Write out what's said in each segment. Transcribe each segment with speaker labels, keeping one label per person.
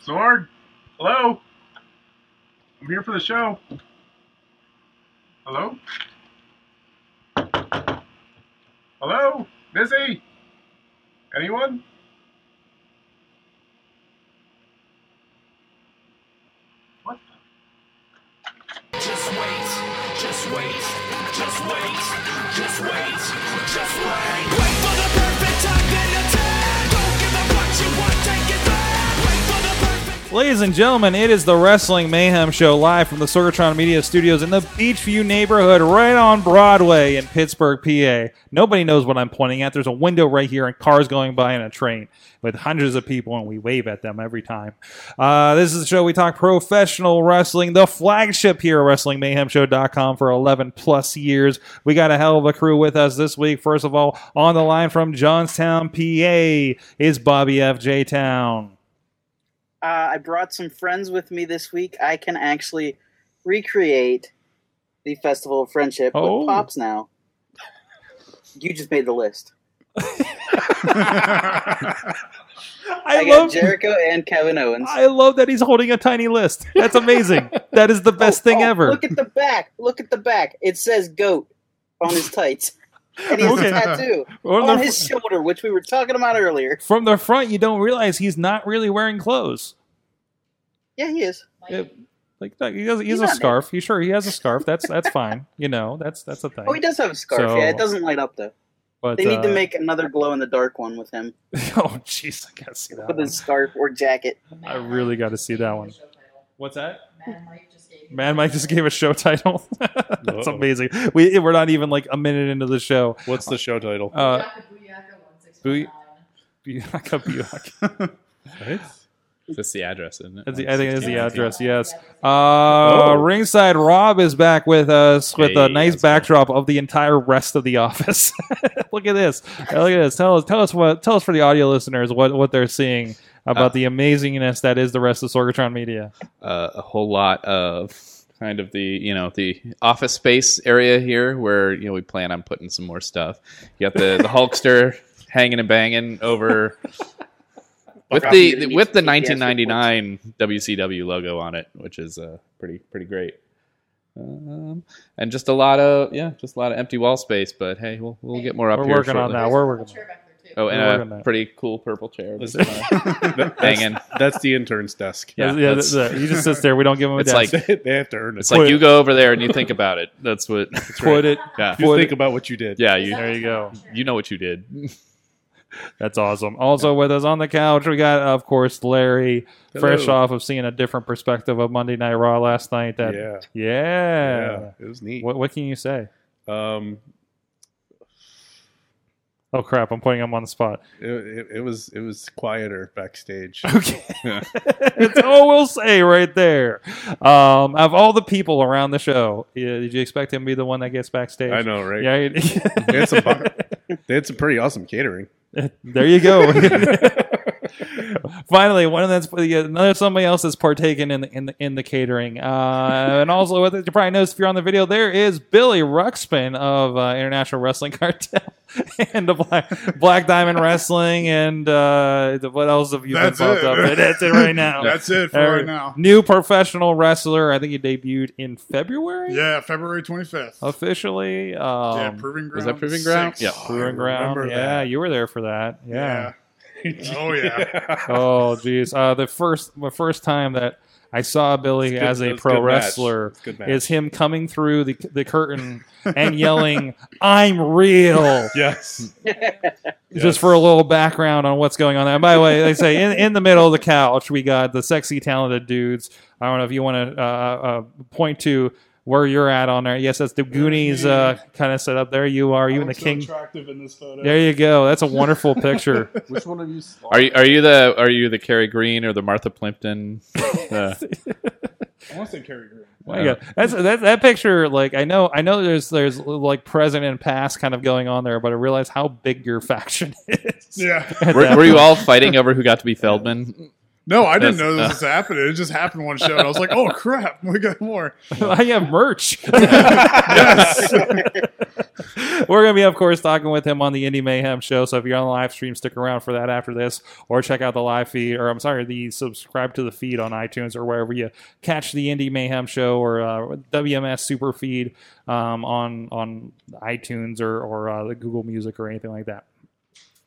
Speaker 1: Sword? Hello? I'm here for the show. Hello? Hello? Busy? Anyone? What
Speaker 2: Just wait, just wait, just wait, just wait, just wait. Wait for the perfect time, then attack. Don't give up what you want, take it back. Wait for the perfect.
Speaker 3: Ladies and gentlemen, it is the Wrestling Mayhem Show live from the Sorgatron Media Studios in the Beachview neighborhood, right on Broadway in Pittsburgh, PA. Nobody knows what I'm pointing at. There's a window right here, and cars going by, and a train with hundreds of people, and we wave at them every time. Uh, this is the show we talk professional wrestling, the flagship here at WrestlingMayhemShow.com for 11 plus years. We got a hell of a crew with us this week. First of all, on the line from Johnstown, PA, is Bobby FJ Town.
Speaker 4: uh, I brought some friends with me this week. I can actually recreate the Festival of Friendship
Speaker 3: Oh.
Speaker 4: with Pops now. You just made the list. I, got Jericho and Kevin Owens.
Speaker 3: I love that he's holding a tiny list. That's amazing. that is the best thing
Speaker 4: Oh,
Speaker 3: ever.
Speaker 4: Look at the back. Look at the back. It says goat on his tights. And he has
Speaker 3: Okay.
Speaker 4: a tattoo
Speaker 3: Well,
Speaker 4: on
Speaker 3: the-
Speaker 4: his shoulder, which we were talking about earlier.
Speaker 3: From the front, you don't realize he's not really wearing clothes.
Speaker 4: Yeah, he is.
Speaker 3: It- like no, he has, he has
Speaker 4: He's
Speaker 3: a
Speaker 4: not naked.
Speaker 3: scarf. He sure he has a scarf. That's that's fine. You know that's that's a thing.
Speaker 4: Oh, he does have a scarf.
Speaker 3: So-
Speaker 4: yeah, it doesn't light up, though.
Speaker 3: But
Speaker 4: They need to
Speaker 3: uh,
Speaker 4: make another glow in the dark one with him,
Speaker 3: Oh jeez, I gotta see that.
Speaker 4: with
Speaker 3: One.
Speaker 4: his scarf or jacket.
Speaker 3: I really gotta see that one. What's that?
Speaker 5: Man, Mike just gave you-
Speaker 3: Man, Mike just gave a show title. that's
Speaker 6: Uh-oh.
Speaker 3: amazing. We we're not even like a minute into the show.
Speaker 6: What's the show title?
Speaker 3: Uh,
Speaker 5: Booyaka, booyaka, one, six,
Speaker 3: Booy-
Speaker 5: one, nine.
Speaker 3: Buyaka, Buyaka.
Speaker 6: That's the address, isn't it?
Speaker 3: That's the, I think it's the
Speaker 6: 1619.
Speaker 3: address. Yes. Uh,
Speaker 6: Oh.
Speaker 3: Ringside Rob is back with us with a
Speaker 6: Hey,
Speaker 3: nice
Speaker 6: how's it going?
Speaker 3: backdrop of the entire rest of the office. look at this. Look at this. Tell us. Tell us what. Tell us for the audio listeners what what they're seeing about
Speaker 6: Uh.
Speaker 3: the amazingness that is the rest of Sorgatron Media.
Speaker 6: Uh, a whole lot of kind of the you know the office space area here, where you know we plan on putting some more stuff. You got the the Hulkster hanging and banging over. With the, the- with the 1999 WCW logo on it, which is uh, pretty pretty great, um, and just a lot of yeah, just a lot of empty wall space. But hey, we'll we'll get more up
Speaker 3: We're
Speaker 6: here.
Speaker 3: working on
Speaker 6: shortly.
Speaker 3: that.
Speaker 5: There's
Speaker 3: we're
Speaker 5: a
Speaker 3: working
Speaker 5: chair back there, too.
Speaker 6: Oh,
Speaker 3: We're
Speaker 6: and
Speaker 3: working on
Speaker 6: a
Speaker 3: it.
Speaker 6: pretty cool purple chair. uh,
Speaker 1: Is
Speaker 6: that's kinda Hanging.
Speaker 1: That's the intern's desk.
Speaker 6: Yeah,
Speaker 3: Yeah, yeah,
Speaker 6: that's-
Speaker 3: that's it. he just sits there. We don't give him a
Speaker 6: It's
Speaker 3: desk.
Speaker 6: like-
Speaker 1: they have to earn it.
Speaker 6: It's like you go over there and you think about it. That's what.
Speaker 3: put it.
Speaker 6: Yeah.
Speaker 1: you
Speaker 3: Would-
Speaker 1: think about what you did.
Speaker 6: Yeah.
Speaker 5: Is
Speaker 6: You
Speaker 5: that
Speaker 3: There you
Speaker 5: what's
Speaker 3: go.
Speaker 5: on the
Speaker 6: you know what you did.
Speaker 3: That's awesome. Also with us on the couch, we got of course Larry, fresh
Speaker 1: Hello.
Speaker 3: off of seeing a different perspective of Monday Night Raw last night. That
Speaker 1: Yeah.
Speaker 3: yeah.
Speaker 1: Yeah. It was neat.
Speaker 3: What, what can you say?
Speaker 1: Um,
Speaker 3: Oh crap! I'm putting him on the spot.
Speaker 1: it, it, it was it was quieter backstage.
Speaker 3: Okay, it's all we'll say right there. Um, of all the people around the show, yeah, did you expect him to be the one that gets backstage?
Speaker 1: I know, right?
Speaker 3: Yeah,
Speaker 1: They had some bu- they had some pretty awesome catering.
Speaker 3: there you go. Finally, one of that's another somebody else that's partaking in the in the, in the catering, uh, and also with it, you probably noticed if you're on the video, there is Billy Ruxpin of uh, International Wrestling Cartel and the Black, Black Diamond Wrestling, and uh, the- what else have you
Speaker 7: That's
Speaker 3: been bumped
Speaker 7: it.
Speaker 3: up? That's it right now.
Speaker 7: That's it for
Speaker 3: There-
Speaker 7: right now.
Speaker 3: New professional wrestler. I think he debuted in February.
Speaker 7: Yeah, February 25th.
Speaker 3: Officially, um,
Speaker 7: yeah, Proving Ground.
Speaker 6: was that Proving Ground?
Speaker 7: six.
Speaker 6: Yeah.
Speaker 3: Proving
Speaker 1: I
Speaker 3: ground.
Speaker 1: remember
Speaker 3: Yeah,
Speaker 1: that.
Speaker 3: you were there for that. yeah.
Speaker 7: Yeah. Oh, yeah.
Speaker 3: oh geez uh, the first the first time that i saw billy
Speaker 1: It's good-
Speaker 3: as a
Speaker 1: it's
Speaker 3: pro
Speaker 1: good match.
Speaker 3: wrestler
Speaker 1: It's good match.
Speaker 3: is him coming through the, the curtain and yelling i'm real
Speaker 1: Yes.
Speaker 3: just for a little background on what's going on there. And by the way, they say in, in the middle of the couch, we got the sexy, talented dudes. I don't know if you want to uh, uh, point to where you're at on there. Yes, that's the Goonies uh, kind of set up there. You are you and the
Speaker 7: so
Speaker 3: king.
Speaker 7: attractive in this photo.
Speaker 3: There you go. That's a wonderful picture.
Speaker 8: Which one of you?
Speaker 6: Are you are you the are you the Carrie Green or the Martha Plimpton? Uh,
Speaker 7: I want to say Cary Grant.
Speaker 3: My God. That's that, that picture. Like I know, I know. There's there's like present and past kind of going on there, but I realize how big your faction is.
Speaker 7: Yeah.
Speaker 3: At
Speaker 6: were,
Speaker 3: that
Speaker 6: were you
Speaker 3: point.
Speaker 6: all fighting over who got to be Feldman?
Speaker 7: No, I didn't
Speaker 6: That's-
Speaker 7: know
Speaker 6: uh.
Speaker 7: this was happening. It just happened one show, and I was like, "Oh crap, we got more."
Speaker 3: I have merch.
Speaker 7: Yes.
Speaker 3: We're going to be, of course, talking with him on the Indie Mayhem show. So if you're on the live stream, stick around for that after this, or check out the live feed, or I'm sorry, the subscribe to the feed on iTunes or wherever you catch the Indie Mayhem show or uh, WMS Super Feed um, on on iTunes or or uh, the Google Music or anything like that.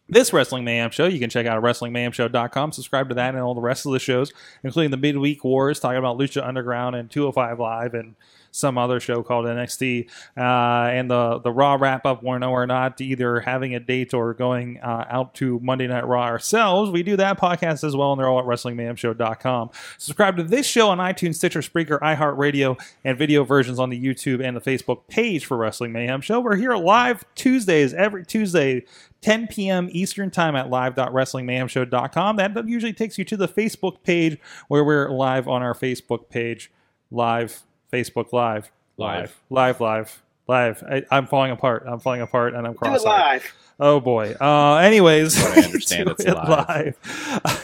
Speaker 3: This Wrestling Mayhem show, you can check out at WrestlingMayhemShow.com. Subscribe to that and all the rest of the shows, including the Midweek Wars, talking about Lucha Underground and 205 Live and some other show called NXT uh, and the the Raw wrap up. We're nowhere not either having a date or going uh, out to Monday Night Raw ourselves. We do that podcast as well, and they're all at WrestlingMayhemShow.com. Subscribe to this show on iTunes, Stitcher, Spreaker, iHeartRadio, and video versions on the YouTube and the Facebook page for Wrestling Mayhem Show. We're here live Tuesdays every Tuesday. 10 p.m. Eastern Time at live.wrestlingmayhemshow.com. That usually takes you to the Facebook page where we're live on our Facebook page. Live, Facebook Live.
Speaker 6: Live.
Speaker 3: Live, live, live. I, I'm falling apart. I'm falling apart and I'm
Speaker 4: Do it
Speaker 3: cross eyed.
Speaker 4: live.
Speaker 3: Oh boy. Uh, anyways,
Speaker 6: I understand
Speaker 3: do
Speaker 6: it's
Speaker 3: it
Speaker 6: live.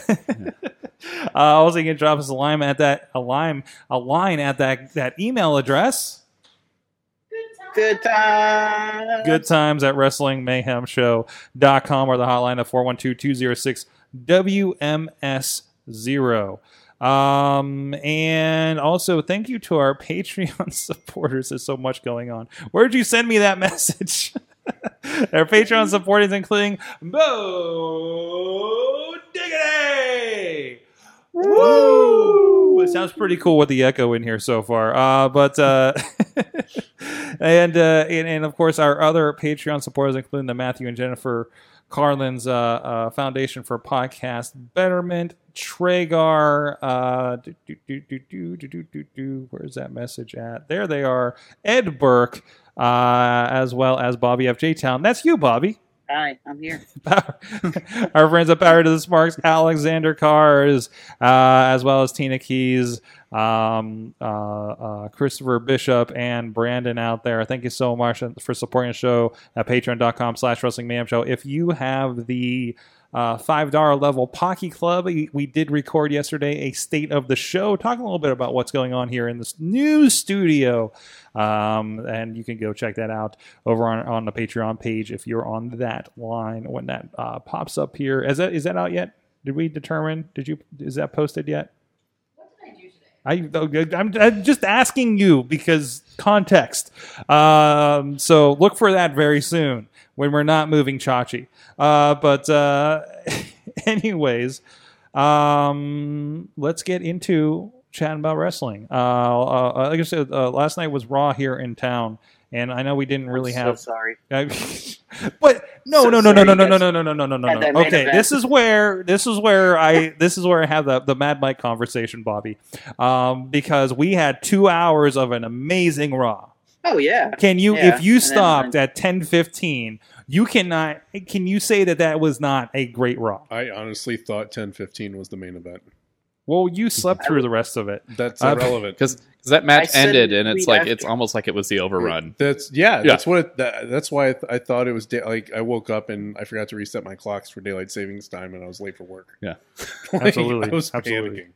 Speaker 3: live. uh, also, you can drop us a line at that a line a line at that that email address
Speaker 4: Good time.
Speaker 3: good times at wrestlingmayhemshow.com or the hotline of 412-206-WMS0. Um, and also thank you to our Patreon supporters. There's so much going on. Where'd you send me that message? our Patreon supporters, including Bo Diggity! Woo! It sounds pretty cool with the echo in here so far. Uh, but uh, and, uh, and and of course our other Patreon supporters, including the Matthew and Jennifer Carlin's uh, uh, Foundation for Podcast Betterment, Tragar. Uh, do, do, do, do, do, do, do, do, do. Where's that message at? There they are. Ed Burke, uh, as well as Bobby F J Town. That's you, Bobby.
Speaker 4: Hi, I'm here.
Speaker 3: Power. our friends at Power to the Sparks, Alexander Cars, uh, as well as Tina Keys, um, uh, uh, Christopher Bishop, and Brandon out there. Thank you so much for supporting the show at patreon.com slash wrestling mayhem show. If you have the uh, $5 level Pocky Club. We, we did record yesterday a state of the show, talking a little bit about what's going on here in this new studio. Um, and you can go check that out over on, on the Patreon page if you're on that line when that uh, pops up here. Is that is that out yet? Did we determine? Did you is that posted yet?
Speaker 5: What did I do today?
Speaker 3: I, I'm, I'm just asking you because context. Um, so look for that very soon when we're not moving Chachi. Uh, but uh, anyways, um, let's get into chatting about wrestling. Uh, uh, like I said, uh, last night was Raw here in town, and I know we didn't really
Speaker 4: I'm
Speaker 3: have
Speaker 4: So sorry.
Speaker 3: I- but no,
Speaker 4: So
Speaker 3: no, no, no,
Speaker 4: sorry,
Speaker 3: no, no, no,
Speaker 4: you guys
Speaker 3: no, no, no, no, no,
Speaker 4: had that
Speaker 3: no.
Speaker 4: main
Speaker 3: Okay,
Speaker 4: event.
Speaker 3: this is where this is where I this is where I have the the Mad Mike conversation, Bobby, um, because we had two hours of an amazing Raw.
Speaker 4: Oh yeah.
Speaker 3: Can you,
Speaker 4: Yeah,
Speaker 3: if you
Speaker 4: and then
Speaker 3: stopped at ten fifteen, you cannot. Can you say that that was not a great Raw?
Speaker 9: I honestly thought ten fifteen was the main event.
Speaker 3: Well, you slept through the rest of it.
Speaker 9: That's
Speaker 3: Uh,
Speaker 9: irrelevant.
Speaker 6: Because that
Speaker 4: I
Speaker 6: match
Speaker 4: said
Speaker 6: ended, and it's
Speaker 4: we'd
Speaker 6: like
Speaker 4: have
Speaker 6: it's
Speaker 4: to.
Speaker 6: almost like it was the overrun.
Speaker 9: That's yeah,
Speaker 6: Yeah.
Speaker 9: That's what. It, that, that's why I, th- I thought it was day- like I woke up and I forgot to reset my clocks for daylight savings time, and I was late for work.
Speaker 6: Yeah.
Speaker 9: Like,
Speaker 3: Absolutely.
Speaker 9: I was
Speaker 3: Absolutely.
Speaker 9: panicking.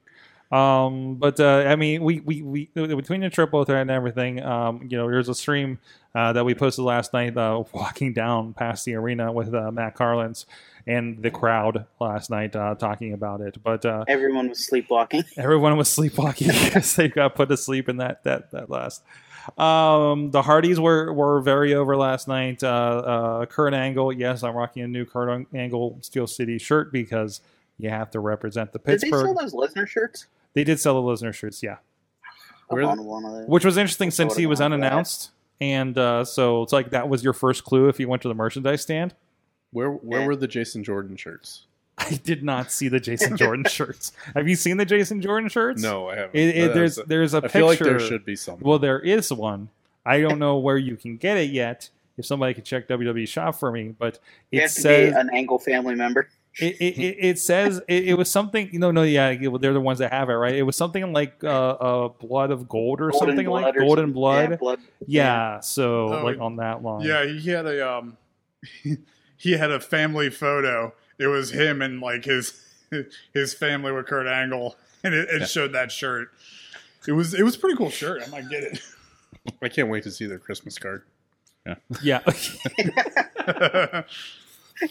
Speaker 3: Um, but uh, I mean, we, we we between the triple threat and everything, um, you know, there's a stream uh, that we posted last night, uh, walking down past the arena with uh, Matt Carlins and the crowd last night uh, talking about it. But uh,
Speaker 4: Everyone was sleepwalking.
Speaker 3: everyone was sleepwalking because they got put to sleep in that that that last. Um, the Hardys were were very over last night. Uh, uh, Kurt Angle, yes, I'm rocking a new Kurt Angle Steel City shirt because you have to represent the
Speaker 4: Did they
Speaker 3: Pittsburgh.
Speaker 4: sell those Lesnar shirts?
Speaker 3: they did sell the listener shirts, yeah.
Speaker 4: I
Speaker 9: Where are
Speaker 4: want one of those.
Speaker 3: which was interesting
Speaker 4: That's
Speaker 3: since
Speaker 4: what
Speaker 3: he
Speaker 4: I'm
Speaker 3: was
Speaker 4: on that.
Speaker 3: unannounced and uh, so it's like that was your first clue if you went to the merchandise stand
Speaker 9: Where where
Speaker 4: Yeah.
Speaker 9: were the Jason Jordan shirts?
Speaker 3: I did not see the Jason Jordan shirts. Have you seen the Jason Jordan shirts?
Speaker 9: No, I haven't.
Speaker 3: It, it,
Speaker 9: That
Speaker 3: there's
Speaker 9: was a-
Speaker 3: there's a
Speaker 9: I
Speaker 3: picture.
Speaker 9: feel like there should be some.
Speaker 3: Well, there is one. I don't know where you can get it yet. If somebody could check WWE Shop for me, but
Speaker 4: You
Speaker 3: it
Speaker 4: have to
Speaker 3: says
Speaker 4: be an Angle family member.
Speaker 3: it, it, it, it says it, it was something. No, no, yeah, it- they're the ones that have it, right? It was something like uh, uh blood of gold or
Speaker 4: Golden
Speaker 3: something like
Speaker 4: blood or
Speaker 3: golden
Speaker 4: something.
Speaker 3: blood.
Speaker 4: Yeah,
Speaker 3: Yeah,
Speaker 4: blood.
Speaker 3: so
Speaker 7: Oh,
Speaker 3: like on that line.
Speaker 7: Yeah, he had a um, he had a family photo. It was him and like his his family with Kurt Angle, and it, it showed that shirt. It was it was a pretty cool shirt. I might get it.
Speaker 9: I can't wait to see their Christmas card.
Speaker 3: yeah.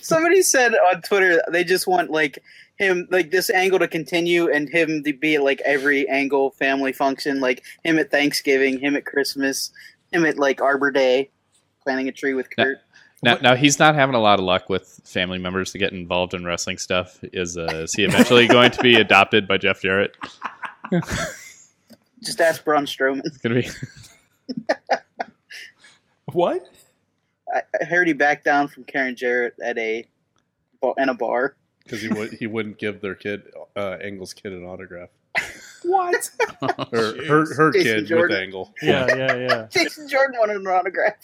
Speaker 4: Somebody said on Twitter they just want like him like this angle to continue and him to be at like every angle family function, like him at Thanksgiving, him at Christmas, him at like Arbor Day, planting a tree with
Speaker 6: Yeah.
Speaker 4: Kurt.
Speaker 6: Now, now he's not having a lot of luck with family members to get involved in wrestling stuff. Is uh, is he eventually going to be adopted by Jeff Jarrett?
Speaker 4: Just ask Braun Strowman.
Speaker 6: It's gonna be
Speaker 3: What?
Speaker 4: I, I heard he backed down from Karen Jarrett at a ba- in a bar.
Speaker 9: because he would he wouldn't give their kid uh, Engel's kid an autograph
Speaker 3: What?
Speaker 9: or her her
Speaker 4: Jason
Speaker 9: kid with
Speaker 4: Jordan.
Speaker 9: Angle.
Speaker 3: yeah, yeah, yeah.
Speaker 4: Jason Jordan wanted an autograph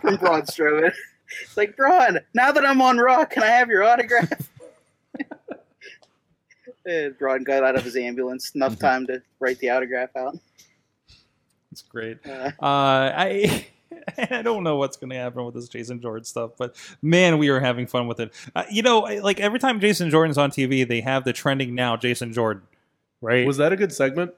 Speaker 4: from Braun Strowman. It's like Braun, now that I'm on Raw, can I have your autograph? and Braun got out of his ambulance
Speaker 3: Mm-hmm.
Speaker 4: enough time to write the autograph out.
Speaker 3: It's great.
Speaker 4: Uh,
Speaker 3: Uh, I I don't know what's going to happen with this Jason Jordan stuff, but man, we are having fun with it. Uh, you know, I- like every time Jason Jordan's on TV, they have the trending now Jason Jordan, right?
Speaker 9: Was that a good segment?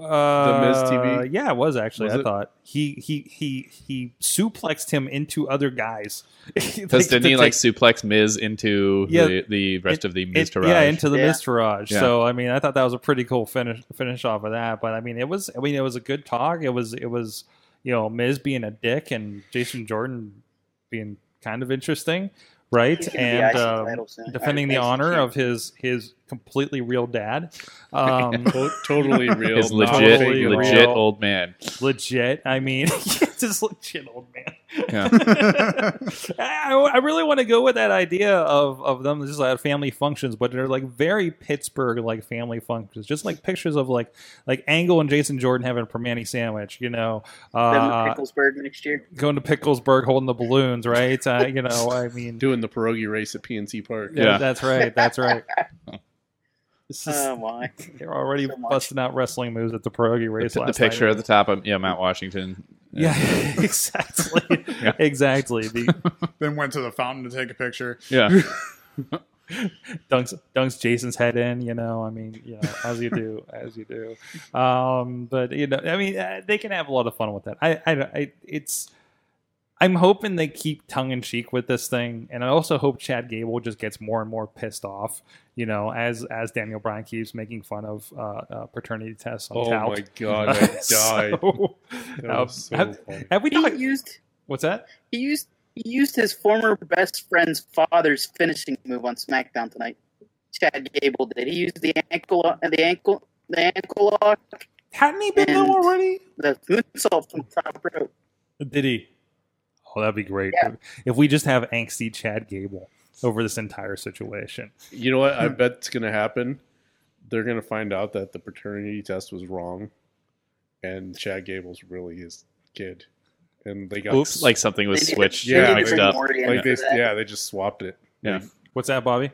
Speaker 3: uh,
Speaker 9: Miz TV?
Speaker 3: Yeah, it was actually.
Speaker 9: Was
Speaker 3: I
Speaker 9: it?
Speaker 3: thought he he he he suplexed him into other guys.
Speaker 6: because
Speaker 3: Like, to
Speaker 6: didn't he like
Speaker 3: take-
Speaker 6: suplex Miz into
Speaker 3: Yeah.
Speaker 6: the, the rest of the Miz
Speaker 3: it-
Speaker 6: Taraj?
Speaker 3: Yeah, into the
Speaker 4: Yeah.
Speaker 3: Misterage.
Speaker 6: Yeah.
Speaker 3: So I mean, I thought that was a pretty cool finish finish off of that. But I mean, it was I mean, it was a good talk. It was it was you know Miz being a dick and Jason Jordan being kind of interesting, right?
Speaker 4: he's gonna be
Speaker 3: And
Speaker 4: IC
Speaker 3: um,
Speaker 4: title soon.
Speaker 3: defending the
Speaker 4: Or IC
Speaker 3: honor
Speaker 4: champ.
Speaker 3: of his his completely real dad. Um,
Speaker 9: To- totally real,
Speaker 6: his
Speaker 9: not
Speaker 6: legit
Speaker 9: fake at all.
Speaker 6: legit
Speaker 3: real.
Speaker 6: old man.
Speaker 3: legit. I mean, just legit old man.
Speaker 6: Yeah.
Speaker 3: I, I really want to go with that idea of, of them just like family functions, but they're like very Pittsburgh like family functions, just like pictures of like like Angle and Jason Jordan having a permani sandwich, you know,
Speaker 4: Them at
Speaker 3: uh,
Speaker 4: Picklesburg next year.
Speaker 3: going to Picklesburg holding the balloons, right? Uh, you know, I mean,
Speaker 9: doing the pierogi race at PNC Park.
Speaker 3: yeah,
Speaker 6: Yeah.
Speaker 3: that's right, that's right. This is-
Speaker 4: Oh my!
Speaker 3: they're already
Speaker 4: so much.
Speaker 3: busting out wrestling moves at the pierogi
Speaker 6: The,
Speaker 3: race.
Speaker 6: the
Speaker 3: last
Speaker 6: picture
Speaker 3: night.
Speaker 6: at the top of yeah Mount Washington.
Speaker 3: yeah, exactly,
Speaker 6: Yeah.
Speaker 3: exactly. The
Speaker 7: then went to the fountain to take a picture.
Speaker 6: yeah.
Speaker 3: dunks dunks Jason's head in. You know, I mean, you know, as you do, as you do. Um, but you know, I mean, uh, they can have a lot of fun with that. I, I, don't- I it's. I'm hoping they keep tongue in cheek with this thing, and I also hope Chad Gable just gets more and more pissed off. You know, as as Daniel Bryan keeps making fun of uh, uh, paternity tests on
Speaker 9: Oh
Speaker 3: tout.
Speaker 9: my god, I died.
Speaker 3: So,
Speaker 9: That
Speaker 3: uh,
Speaker 9: was so
Speaker 3: have,
Speaker 9: funny.
Speaker 3: have we
Speaker 4: He
Speaker 3: talked?
Speaker 4: used
Speaker 3: What's that?
Speaker 4: he used he used his former best friend's father's finishing move on SmackDown tonight. Chad Gable did. He used the ankle the ankle the ankle lock,
Speaker 3: Hadn't he been there
Speaker 4: And-
Speaker 3: already?
Speaker 4: the moonsault from top rope.
Speaker 3: Did he? Oh, that'd be great.
Speaker 4: Yeah.
Speaker 3: If we just have angsty Chad Gable over this entire situation.
Speaker 9: You know what? I bet it's gonna happen. They're gonna find out that the paternity test was wrong, and Chad Gable's really his kid, and they got
Speaker 6: Oops, like something was
Speaker 4: They need-
Speaker 6: switched
Speaker 9: Yeah,
Speaker 4: they need to
Speaker 6: mixed
Speaker 4: bring
Speaker 6: up.
Speaker 4: Maury in
Speaker 9: like
Speaker 4: for
Speaker 9: they
Speaker 4: that.
Speaker 9: yeah they just swapped it.
Speaker 6: Yeah.
Speaker 3: What's that, Bobby?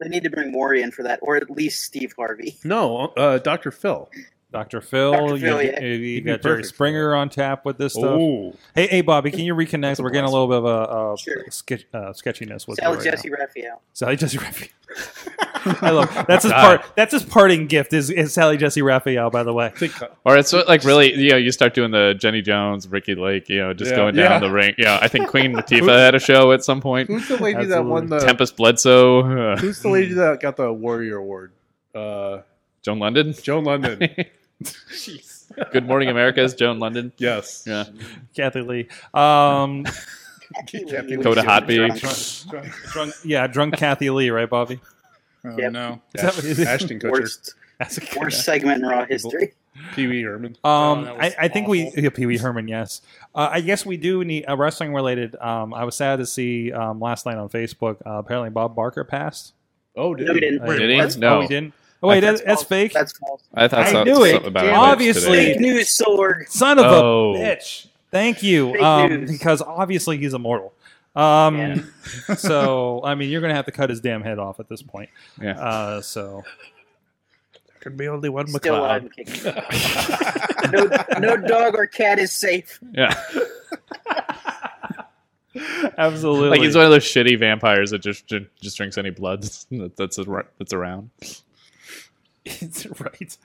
Speaker 4: They need to bring Maury in for that, or at least Steve Harvey.
Speaker 9: No, uh, Doctor Phil.
Speaker 3: Dr. Phil,
Speaker 4: Dr.
Speaker 3: you,
Speaker 4: Phil,
Speaker 3: you-
Speaker 4: yeah.
Speaker 3: you
Speaker 9: He'd be
Speaker 3: got Jerry
Speaker 9: perfect for
Speaker 3: Springer on tap with this stuff.
Speaker 9: Oh,
Speaker 3: Hey, hey, Bobby, can you reconnect?
Speaker 9: a
Speaker 3: We're getting a little bit of a, uh
Speaker 4: Sure.
Speaker 3: sketch, uh, sketchiness with you
Speaker 4: Sally
Speaker 3: right
Speaker 4: Jesse
Speaker 3: now.
Speaker 4: Raphael.
Speaker 3: Sally Jesse Raphael. I love that's his
Speaker 6: God.
Speaker 3: part. That's his parting gift is, is Sally Jesse Raphael. By the way,
Speaker 9: I think uh,
Speaker 6: Or it's what, like really, you know, you start doing the Jenny Jones, Ricky Lake, you know, just
Speaker 9: Yeah.
Speaker 6: going down
Speaker 9: Yeah.
Speaker 6: the ring. Yeah, I think Queen Latifah had a show at some point.
Speaker 9: who's the lady that
Speaker 3: Absolutely.
Speaker 9: won the
Speaker 6: Tempest Bledsoe, uh,
Speaker 9: Who's the lady that got the Warrior Award? Uh,
Speaker 6: Joan London.
Speaker 9: Joan London.
Speaker 6: Good Morning America is Joan London.
Speaker 9: yes.
Speaker 6: Yeah,
Speaker 3: Kathy Lee. Um,
Speaker 9: Kathy
Speaker 6: Coda
Speaker 9: Lee.
Speaker 6: Hotby.
Speaker 3: drunk, yeah, drunk Kathy Lee, right, Bobby?
Speaker 7: Oh
Speaker 4: Yep.
Speaker 7: no!
Speaker 3: Is that what it is?
Speaker 9: Ashton Kutcher.
Speaker 4: Worst,
Speaker 3: That's a-
Speaker 4: worst segment in Raw history.
Speaker 9: Pee Wee Herman.
Speaker 3: Um,
Speaker 7: Oh, that was
Speaker 3: I, I think we
Speaker 7: awful.
Speaker 3: yeah, Pee Wee Herman. Yes, uh, I guess we do need a wrestling related. Um, I was sad to see um, last night on Facebook. Uh, apparently, Bob Barker passed.
Speaker 9: Oh, did
Speaker 4: No, we
Speaker 9: he?
Speaker 4: didn't.
Speaker 3: Wait,
Speaker 6: Did he?
Speaker 3: what?
Speaker 6: No.
Speaker 3: oh, we didn't. Oh wait, that's, that's
Speaker 4: false.
Speaker 3: fake.
Speaker 4: That's false.
Speaker 6: I thought
Speaker 3: I
Speaker 6: so-
Speaker 3: knew it.
Speaker 6: something about
Speaker 4: Damn
Speaker 6: it
Speaker 3: Obviously.
Speaker 6: today.
Speaker 4: Fake news, Sorg.
Speaker 3: Son of
Speaker 6: Oh.
Speaker 3: a bitch. Thank you.
Speaker 4: Fake
Speaker 3: Um,
Speaker 4: news.
Speaker 3: because obviously he's immortal. Um, so I mean, you're gonna have to cut his damn head off at this point.
Speaker 6: Yeah.
Speaker 3: Uh, so
Speaker 10: Can be only one
Speaker 4: Still alive and kicking. no, no dog or cat is safe.
Speaker 6: yeah.
Speaker 3: absolutely.
Speaker 6: Like he's one of those shitty vampires that just ju- just drinks any blood that- that's ar- that's around.
Speaker 3: It's right.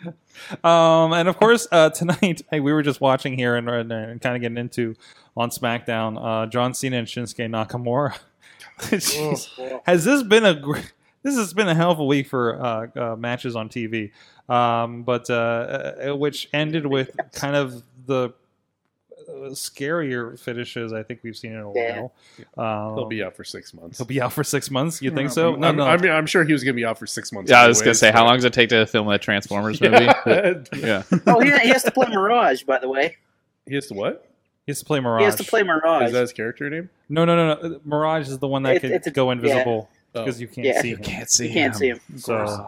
Speaker 3: Um, and of course, uh, tonight hey, we were just watching here and, and, kind of getting into on SmackDown uh, John Cena and Shinsuke Nakamura. Jeez.
Speaker 4: Oh,
Speaker 3: Has this been a gr- this has been a hell of a week for uh, uh, matches on TV, um, but uh, uh, which ended with kind of the uh, scarier finishes I think we've seen in a
Speaker 4: Yeah.
Speaker 3: while. Um,
Speaker 9: He'll be out for six months. Mm,
Speaker 3: he'll be out for six months. You think
Speaker 7: Yeah,
Speaker 3: so?
Speaker 9: I'm-
Speaker 3: No,
Speaker 9: I'm-
Speaker 3: no.
Speaker 9: I mean, I'm sure he was going to be out for six months.
Speaker 6: Yeah, I was gonna
Speaker 9: anyways,
Speaker 6: say, how
Speaker 9: but-
Speaker 6: long does it take to film a Transformers movie? Yeah.
Speaker 9: Yeah.
Speaker 4: Oh, he, he has to play Mirage, by the way.
Speaker 9: he has to what?
Speaker 3: he has to play Mirage.
Speaker 4: He has to play Mirage.
Speaker 9: Is that his character name?
Speaker 3: No, no, no, no. Mirage is the one that
Speaker 4: It's-
Speaker 3: could
Speaker 4: it's a-
Speaker 3: go
Speaker 4: yeah.
Speaker 3: invisible
Speaker 9: Oh.
Speaker 3: because you can't
Speaker 4: Yeah.
Speaker 3: see him.
Speaker 6: see.
Speaker 4: you can't see him.
Speaker 3: so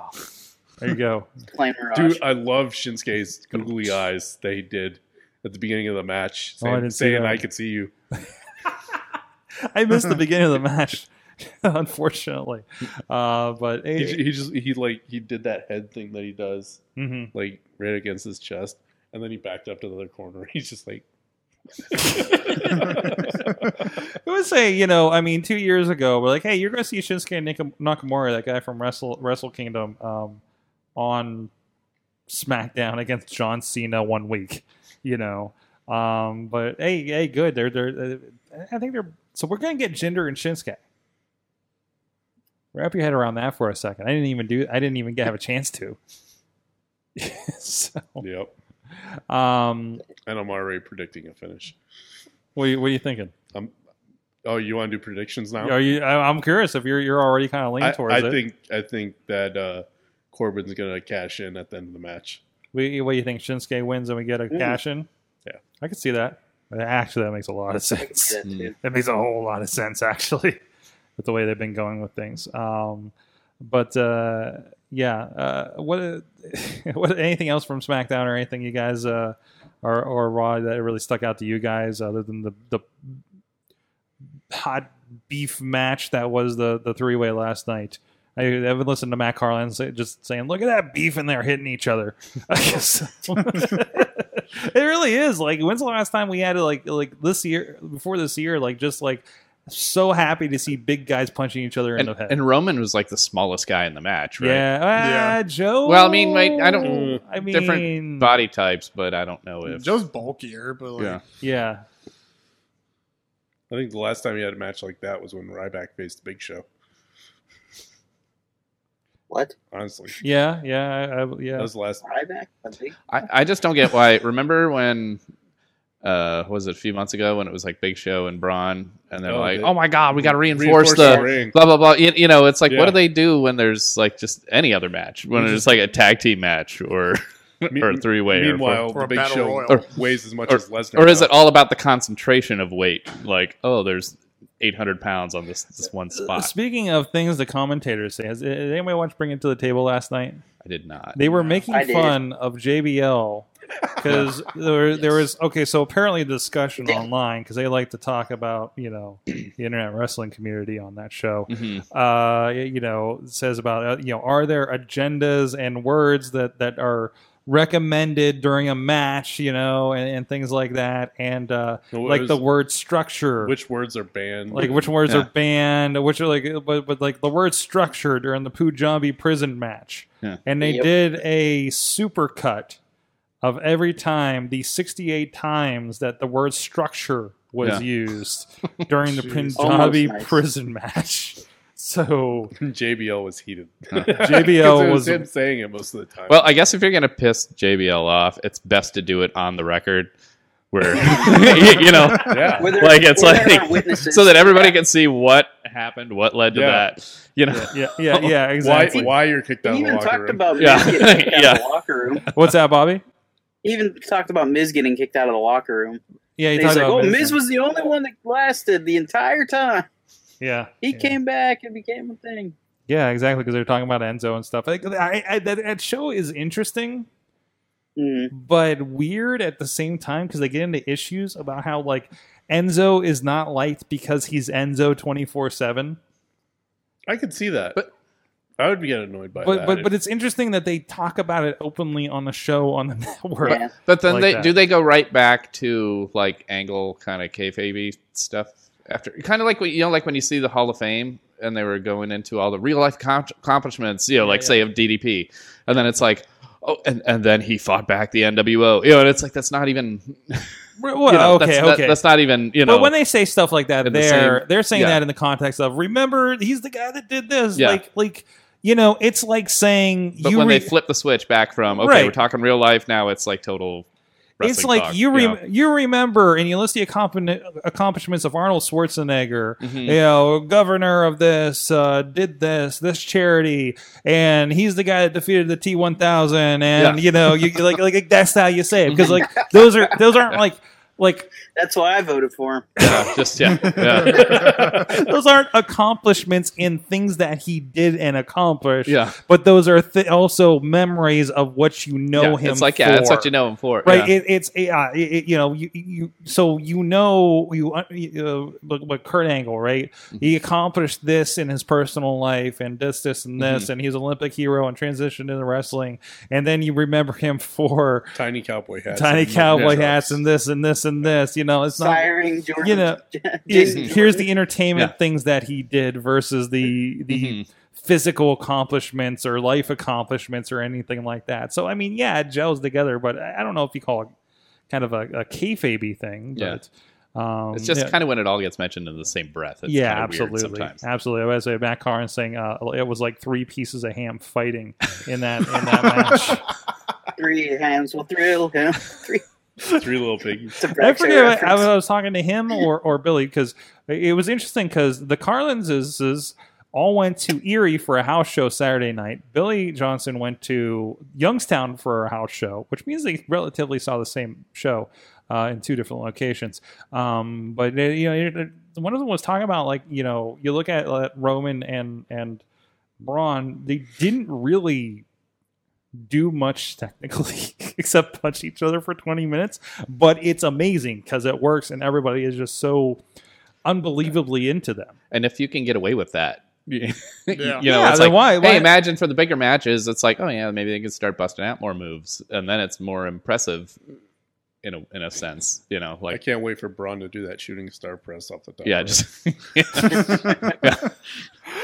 Speaker 3: there you go.
Speaker 4: Playing Mirage.
Speaker 9: Dude, I love Shinsuke's googly eyes that he did at the beginning of the match,
Speaker 3: Oh, I
Speaker 9: saying,
Speaker 3: didn't see
Speaker 9: saying
Speaker 3: that.
Speaker 9: I could see you.
Speaker 3: I missed the beginning of the match, unfortunately. Uh, but
Speaker 9: He,
Speaker 3: hey,
Speaker 9: j- he just he like he did that head thing that he does,
Speaker 3: mhm.
Speaker 9: like right against his chest, and then he backed up to the other corner. He's just like,
Speaker 3: I would say you know, I mean, two years ago, we're like, hey, you're going to see Shinsuke Nik- Nakamura, that guy from Wrestle Wrestle Kingdom, um, on SmackDown against John Cena one week, you know. Um, but hey, hey, good. They're they're. Uh, I think they're. So we're gonna get Jinder and Shinsuke. Wrap your head around that for a second. I didn't even do. I didn't even get, have a chance to. so,
Speaker 9: "Yep."
Speaker 3: um,
Speaker 9: And I'm already predicting a finish.
Speaker 3: what are you, what are you thinking?
Speaker 9: Oh, you want to do predictions now?
Speaker 3: Are you? I, I'm curious if you're you're already kind of leaning
Speaker 9: I,
Speaker 3: towards
Speaker 9: I
Speaker 3: it.
Speaker 9: think I think that uh, Corbin's gonna cash in at the end of the match.
Speaker 3: We, what do you think? Shinsuke wins and we get a
Speaker 4: Mm.
Speaker 3: cash in?
Speaker 9: Yeah.
Speaker 3: I could see that. Actually, that makes a lot of
Speaker 4: I can
Speaker 3: sense.
Speaker 4: see that, too.
Speaker 3: That makes a whole lot of sense, actually, with the way they've been going with things. Um, but uh, yeah, uh, what, what? Anything else from SmackDown or anything you guys uh, or or Raw that really stuck out to you guys, other than the the hot beef match that was the the three way last night? I haven't listened to Matt Carlin say, just saying, "Look at that beef in there hitting each other." So- it really is. Like, when's the last time we had like like this year before this year? Like, just like so happy to see big guys punching each other in
Speaker 6: And,
Speaker 3: the head.
Speaker 6: and Roman was like the smallest guy in the match, right?
Speaker 3: Yeah, ah,
Speaker 7: Yeah.
Speaker 3: Joe.
Speaker 6: Well, I mean, like, I don't-
Speaker 3: I mean,
Speaker 6: different Body types, but I don't know if.
Speaker 7: Joe's bulkier, but like,
Speaker 6: Yeah.
Speaker 3: Yeah,
Speaker 9: I think the last time he had a match like that was when Ryback faced Big Show.
Speaker 4: What?
Speaker 9: Honestly,
Speaker 3: yeah, yeah, I, I,
Speaker 9: that
Speaker 3: yeah.
Speaker 9: was the last.
Speaker 4: Ryback? I think.
Speaker 6: I, I just don't get why. Remember when, uh, was it a few months ago when it was like Big Show and Braun, and they're
Speaker 9: Oh,
Speaker 6: like,
Speaker 9: they-
Speaker 6: oh my god, we got to reinforce
Speaker 9: Reinforce
Speaker 6: the
Speaker 9: ring.
Speaker 6: blah blah blah. You, you know, it's like what
Speaker 9: Yeah.
Speaker 6: do they do when there's like just any other match when
Speaker 9: You
Speaker 6: it's like a tag team match or
Speaker 9: Me-
Speaker 6: or a three way or,
Speaker 9: Meanwhile,
Speaker 7: Or
Speaker 9: the
Speaker 7: a
Speaker 9: Big
Speaker 7: battle
Speaker 9: Show
Speaker 7: royal.
Speaker 6: Or-
Speaker 9: weighs as much as Lesnar.
Speaker 6: or is
Speaker 9: does.
Speaker 6: it all about the concentration of weight? Like oh, there's 800 pounds on this Uh, this one spot.
Speaker 3: Uh, Speaking of things the commentators say, has did anybody watch Bring It to the Table last night?
Speaker 6: I did not.
Speaker 3: They were making
Speaker 4: I did.
Speaker 3: fun of JBL because there, there was okay. So apparently, the discussion online because they like to talk about you know the internet wrestling community on that show.
Speaker 6: Mhm.
Speaker 3: Uh, you know, says about uh, you know, are there agendas and words that that are recommended during a match? You know, and, and things like that, and uh,
Speaker 9: Well, it
Speaker 3: like
Speaker 9: was-
Speaker 3: the word structure
Speaker 9: Which words are banned?
Speaker 3: like which words
Speaker 6: Yeah.
Speaker 3: are banned, which are like but, but like the word structure during the Punjabi prison match.
Speaker 6: Yeah.
Speaker 3: And they
Speaker 4: Yep.
Speaker 3: did a supercut of every time the 68 times that the word structure was
Speaker 6: Yeah.
Speaker 3: used during the
Speaker 9: Jeez.
Speaker 3: Punjabi
Speaker 4: Almost nice.
Speaker 3: prison match. So
Speaker 9: JBL was heated.
Speaker 3: JBL
Speaker 9: 'Cause it
Speaker 3: was-
Speaker 9: him saying it most of the time.
Speaker 6: Well, I guess if you're gonna piss JBL off, it's best to do it on the record, where you know,
Speaker 9: yeah,
Speaker 4: Whether-
Speaker 6: like it's
Speaker 4: whether there
Speaker 6: like
Speaker 4: are witnesses-
Speaker 6: so that everybody can see what happened, what led to
Speaker 9: Yeah.
Speaker 6: that. You know,
Speaker 3: yeah, yeah, yeah,
Speaker 9: why
Speaker 3: exactly.
Speaker 9: why you're kicked out
Speaker 4: We
Speaker 9: of the
Speaker 4: even
Speaker 9: locker
Speaker 4: talked
Speaker 9: room?
Speaker 4: about
Speaker 6: Yeah.
Speaker 4: men getting kicked out of
Speaker 6: Yeah.
Speaker 4: the locker room.
Speaker 3: What's that, Bobby?
Speaker 4: He even talked about Miz getting kicked out of the locker room.
Speaker 3: Yeah, he
Speaker 4: And he's
Speaker 3: talked
Speaker 4: like,
Speaker 3: about
Speaker 4: "Oh,
Speaker 3: Miz.
Speaker 4: Miz was the only one that lasted the entire time.
Speaker 3: yeah,
Speaker 4: He
Speaker 3: yeah.
Speaker 4: came back and became a thing."
Speaker 3: Yeah, exactly. Because they're talking about Enzo and stuff. Like, I, I, that, that show is interesting,
Speaker 4: Mm.
Speaker 3: but weird at the same time because they get into issues about how like Enzo is not liked because he's Enzo twenty four seven.
Speaker 9: I could see that.
Speaker 6: But-
Speaker 9: I would get annoyed by
Speaker 3: But
Speaker 9: that.
Speaker 3: but but it's interesting that they talk about it openly on the show on the network.
Speaker 4: Yeah.
Speaker 6: But then
Speaker 3: Like
Speaker 6: they
Speaker 3: that.
Speaker 6: do they go right back to like angle kind of kayfabe stuff after kind of like what you know like when you see the Hall of Fame and they were going into all the real life com- accomplishments you know
Speaker 3: Yeah,
Speaker 6: like
Speaker 3: yeah.
Speaker 6: say of DDP and then it's like oh and, and then he fought back the NWO you know and it's like that's not even
Speaker 3: Well,
Speaker 6: you know,
Speaker 3: okay,
Speaker 6: that's, that-
Speaker 3: okay.
Speaker 6: that's not even you know
Speaker 3: but when they say stuff like that,
Speaker 6: in the
Speaker 3: they're
Speaker 6: same-
Speaker 3: they're saying
Speaker 6: yeah.
Speaker 3: that in the context of remember he's the guy that did this.
Speaker 6: Yeah.
Speaker 3: Like like you know, it's like saying
Speaker 6: but
Speaker 3: you
Speaker 6: when
Speaker 3: re-
Speaker 6: they flip the switch back from okay
Speaker 3: Right.
Speaker 6: we're talking real life now it's like total
Speaker 3: it's
Speaker 6: wrestling
Speaker 3: like
Speaker 6: talk,
Speaker 3: you
Speaker 6: know?
Speaker 3: rem- you remember and you list the accompani- accomplishments of Arnold Schwarzenegger,
Speaker 6: Mhm.
Speaker 3: you know, governor of this, uh, did this, this charity, and he's the guy that defeated the T one thousand, and
Speaker 6: Yeah.
Speaker 3: you know, you like like that's how you say it because like those are those aren't like like
Speaker 4: That's why I voted for him.
Speaker 6: yeah, just yeah, yeah.
Speaker 3: those aren't accomplishments in things that he did and accomplished.
Speaker 6: Yeah.
Speaker 3: but those are th- also memories of what you know
Speaker 6: Yeah,
Speaker 3: him.
Speaker 6: it's like yeah that's what
Speaker 3: for
Speaker 6: you know him for
Speaker 3: right
Speaker 6: yeah.
Speaker 3: it, it's yeah, it, it- you know you, you so you know you uh, you, uh, but, but kurt angle right he
Speaker 6: Mm-hmm.
Speaker 3: accomplished this in his personal life and this this and this
Speaker 6: Mm-hmm.
Speaker 3: and he's an olympic hero and transitioned into wrestling and then you remember him for
Speaker 9: tiny cowboy hats.
Speaker 3: tiny
Speaker 9: and-
Speaker 3: cowboy
Speaker 9: Yeah.
Speaker 3: hats and this and this and this you know it's not
Speaker 4: Firing Jordan.
Speaker 3: you know,
Speaker 4: Jason
Speaker 3: it-
Speaker 4: Jordan.
Speaker 3: here's the entertainment
Speaker 6: Yeah.
Speaker 3: things that he did versus the the
Speaker 6: Mhm.
Speaker 3: physical accomplishments or life accomplishments or anything like that. So I mean, yeah, it gels together, but I I don't know if you call it kind of a, a kayfabe thing.
Speaker 6: Yeah.
Speaker 3: But, um,
Speaker 6: It's just
Speaker 3: yeah.
Speaker 6: kind of when it all gets mentioned in the same breath. It's
Speaker 3: yeah,
Speaker 6: kinda weird
Speaker 3: absolutely,
Speaker 6: sometimes.
Speaker 3: absolutely. I was say Matt Carnes saying uh, it was like three pieces of ham fighting in that in that match.
Speaker 4: three hands will thrill him. Three.
Speaker 9: Three little piggies.
Speaker 4: It's a
Speaker 3: I
Speaker 4: Braxton
Speaker 3: forget if I,
Speaker 4: reference.
Speaker 3: I was talking to him or, or Billy because it was interesting because the Carlinses all went to Erie for a house show Saturday night. Billy Johnson went to Youngstown for a house show, which means they relatively saw the same show uh, in two different locations. Um, but uh, you know, it- it- one of them was talking about like you know, you look at uh, Roman and and Braun, they didn't really do much technically except punch each other for 20 minutes but it's amazing because it works and everybody is just so unbelievably into them
Speaker 6: And if you can get away with that, you you know,
Speaker 3: Yeah,
Speaker 6: it's
Speaker 3: then
Speaker 6: like,
Speaker 3: why- why-
Speaker 6: hey, imagine for the bigger matches, it's like, oh yeah, maybe they can start busting out more moves, and then it's more impressive, in a in a sense, you know,
Speaker 9: I
Speaker 6: like
Speaker 9: can't wait for Braun to do that shooting star press off the top.
Speaker 6: yeah,
Speaker 9: rope.
Speaker 6: just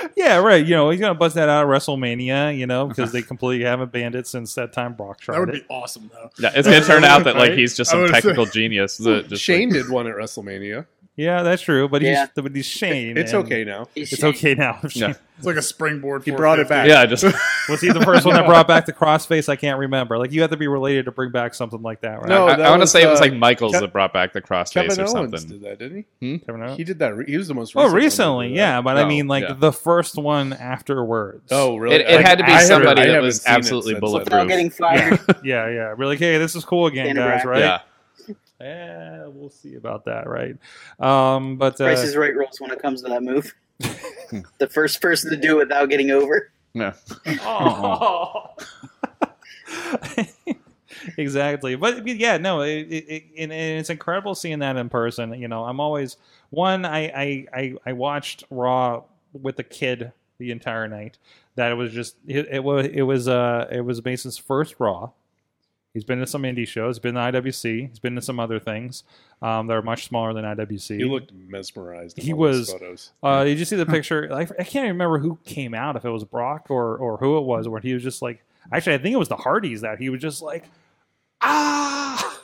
Speaker 3: yeah right you know he's gonna bust that out of wrestlemania you know because they completely haven't banned it since that time brock tried
Speaker 7: That would
Speaker 3: it
Speaker 7: be awesome, though.
Speaker 6: yeah, it's gonna turn out that like
Speaker 7: Right?
Speaker 6: he's
Speaker 7: I
Speaker 6: just some
Speaker 7: would've
Speaker 6: technical genius. that just,
Speaker 9: Shane
Speaker 6: like-
Speaker 9: did one at WrestleMania.
Speaker 3: yeah that's true but
Speaker 4: Yeah.
Speaker 3: he's but he's shane
Speaker 9: It's
Speaker 3: and
Speaker 9: okay now.
Speaker 4: He's
Speaker 3: it's
Speaker 4: Shane.
Speaker 3: okay now
Speaker 6: Yeah.
Speaker 7: It's like a springboard.
Speaker 9: He brought it
Speaker 7: 450.
Speaker 9: back.
Speaker 6: yeah, just
Speaker 3: was he the first one that brought back the crossface i can't remember like you have to be related to bring back something like that right
Speaker 9: No,
Speaker 6: I,
Speaker 9: that
Speaker 6: want to
Speaker 9: was,
Speaker 6: say it was
Speaker 9: uh,
Speaker 6: like Michaels
Speaker 9: Ke-
Speaker 6: that brought back the crossface
Speaker 9: Kevin
Speaker 6: or
Speaker 9: Owens
Speaker 6: something.
Speaker 9: did that, didn't he?
Speaker 3: Kevin Owens?
Speaker 9: He did that. Re- he was the most.
Speaker 3: oh
Speaker 9: recent one to do
Speaker 3: recently
Speaker 9: that.
Speaker 3: yeah but i
Speaker 6: No,
Speaker 3: mean like
Speaker 6: yeah.
Speaker 3: the first one afterwards
Speaker 9: Oh, really?
Speaker 6: It- it
Speaker 9: Like,
Speaker 6: had to be
Speaker 9: I haven't-
Speaker 6: somebody
Speaker 9: I
Speaker 6: that
Speaker 9: haven't
Speaker 6: was
Speaker 9: seen it
Speaker 6: absolutely
Speaker 9: since
Speaker 6: bulletproof.
Speaker 9: then.
Speaker 4: Without getting fired.
Speaker 3: yeah yeah we're like hey this is cool again
Speaker 4: Stand
Speaker 3: guys
Speaker 4: back.
Speaker 3: right
Speaker 6: Yeah,
Speaker 3: Yeah, Eh, we'll see about that, right? Um, but uh,
Speaker 4: Price is Right rules when it comes to that move. the first person to do it without getting over.
Speaker 6: yeah.
Speaker 3: Aw. exactly. But yeah, no, it, it, it, and and it's incredible seeing that in person. You know, I'm always one. I I I, I watched Raw with a kid the entire night. That it was just it, it was it was uh it was Mason's first Raw. He's been to some indie shows. He's been to IWC. He's been to some other things um, that are much smaller than IWC.
Speaker 9: He looked mesmerized. in
Speaker 3: He
Speaker 9: all those
Speaker 3: was-
Speaker 9: Photos.
Speaker 3: Uh, did you see the picture? I, I can't remember who came out, if it was Brock or or who it was, where he was just like, actually, I think it was the Hardys that he was just like, ah,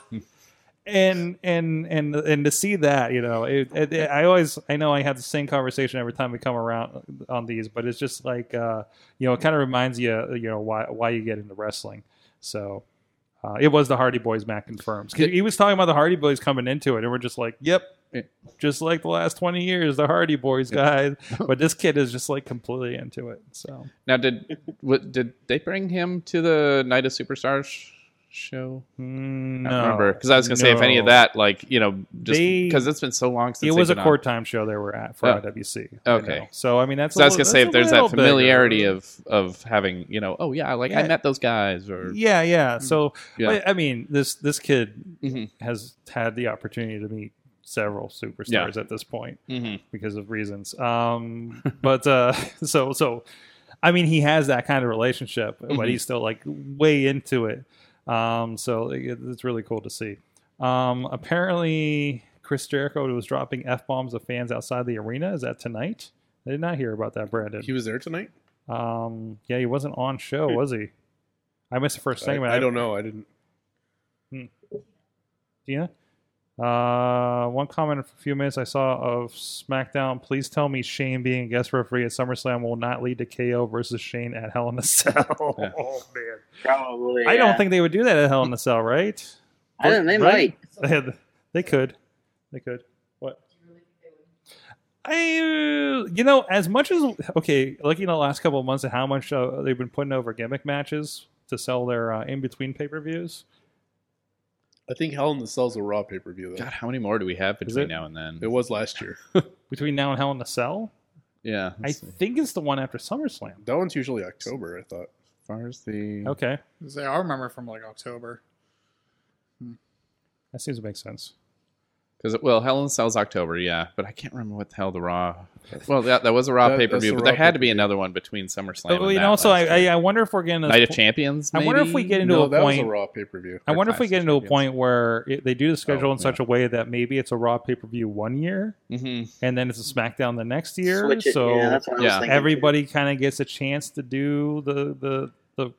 Speaker 3: and and and and to see that, you know, it, it, it- I always, I know I have the same conversation every time we come around on these, but it's just like, uh, you know, it kind of reminds you, you know, why why you get into wrestling. So. Uh, it was the Hardy Boys. Matt confirms 'Cause he was talking about the Hardy Boys coming into it, and we're just like, "Yep, just like the last 20 years the hardy boys guys but this kid is just like completely into it so
Speaker 6: Now, did what, did they bring him to the Night of Superstars show?
Speaker 3: Mm,
Speaker 6: I
Speaker 3: No,
Speaker 6: don't remember because I was gonna say if any of
Speaker 3: No.
Speaker 6: that, like you know, just
Speaker 3: They-
Speaker 6: because it's been so long since
Speaker 3: it was
Speaker 6: they've
Speaker 3: a
Speaker 6: been on.
Speaker 3: court time show they were at for
Speaker 6: Oh.
Speaker 3: IWC. you
Speaker 6: Okay.
Speaker 3: know. so I mean that's.
Speaker 6: So I was
Speaker 3: a
Speaker 6: gonna
Speaker 3: little-
Speaker 6: say
Speaker 3: that's
Speaker 6: if
Speaker 3: a
Speaker 6: there's
Speaker 3: little
Speaker 6: that familiarity
Speaker 3: bigger.
Speaker 6: of of having you know, oh yeah, like I
Speaker 3: Yeah.
Speaker 6: met those guys or Hmm.
Speaker 3: Yeah, yeah. So
Speaker 6: Yeah.
Speaker 3: I, I mean, this this kid
Speaker 6: Mhm.
Speaker 3: has had the opportunity to meet several superstars at this point
Speaker 6: Mhm.
Speaker 3: because of reasons. Um, but uh, so so, I mean, he has that kind of relationship,
Speaker 6: Mhm.
Speaker 9: Mm-hmm.
Speaker 3: but he's still like way into it. Um, so it, it's really cool to see. Um, apparently, Chris Jericho was dropping f bombs of fans outside the arena. Is that tonight? I did not hear about that, Brandon.
Speaker 9: He was there tonight.
Speaker 3: Um, yeah, he wasn't on show, was he? I missed the first
Speaker 9: I,
Speaker 3: segment.
Speaker 9: I don't know. I didn't.
Speaker 3: Gina. Uh, one comment in a few minutes I saw of SmackDown. Please tell me Shane being a guest referee at SummerSlam will not lead to KO versus Shane at Hell in a Cell.
Speaker 6: Yeah.
Speaker 3: Oh man,
Speaker 4: Probably.
Speaker 3: I
Speaker 4: yeah.
Speaker 3: don't think they would do that at Hell in a Cell, right?
Speaker 4: I don't. They
Speaker 3: Right?
Speaker 4: might.
Speaker 3: They, had- they could. They could. What? I, uh, you know, as much as okay, looking at the last couple of months at how much uh, they've been putting over gimmick matches to sell their uh, in between pay per views.
Speaker 9: I think Hell in the Cell's a Raw pay per view though.
Speaker 6: God, how many more do we have
Speaker 3: Is
Speaker 6: between
Speaker 3: it?
Speaker 6: now and then?
Speaker 9: It was last year.
Speaker 3: Between now and Hell in a Cell,
Speaker 6: yeah,
Speaker 3: I
Speaker 6: as
Speaker 3: think it's the one after SummerSlam.
Speaker 9: That one's usually October. I thought.
Speaker 6: far as the
Speaker 3: Okay,
Speaker 7: Say, I remember from like October.
Speaker 3: that seems to make sense.
Speaker 6: Because well, Hell in a Cell's October, yeah, but I can't remember what the hell the Raw. Well, that, that was a Raw
Speaker 9: That-
Speaker 6: pay per
Speaker 9: that's
Speaker 6: view,
Speaker 9: a
Speaker 6: but there
Speaker 9: Raw
Speaker 6: had to be another one between SummerSlam.
Speaker 3: But,
Speaker 6: and
Speaker 3: Oh, you
Speaker 6: that
Speaker 3: know, also,
Speaker 6: last
Speaker 3: I, I
Speaker 6: year.
Speaker 3: I wonder if we're getting a
Speaker 6: Night of Champions.
Speaker 3: I wonder if we
Speaker 6: maybe?
Speaker 3: get into
Speaker 9: No,
Speaker 3: a
Speaker 9: that was a
Speaker 3: point.
Speaker 9: Raw pay per view.
Speaker 3: I
Speaker 6: or
Speaker 3: wonder if we
Speaker 6: Clash
Speaker 3: get
Speaker 6: of
Speaker 3: into a
Speaker 6: Champions.
Speaker 3: point where it, they do the schedule
Speaker 6: Oh,
Speaker 3: in such
Speaker 6: yeah.
Speaker 3: a way that maybe it's a Raw pay per view one year
Speaker 6: Mhm.
Speaker 3: and then it's a SmackDown the next year.
Speaker 4: Switch it.
Speaker 3: So
Speaker 4: yeah, that's what I
Speaker 6: yeah.
Speaker 4: was thinking.
Speaker 3: everybody kind of gets a chance to do the the the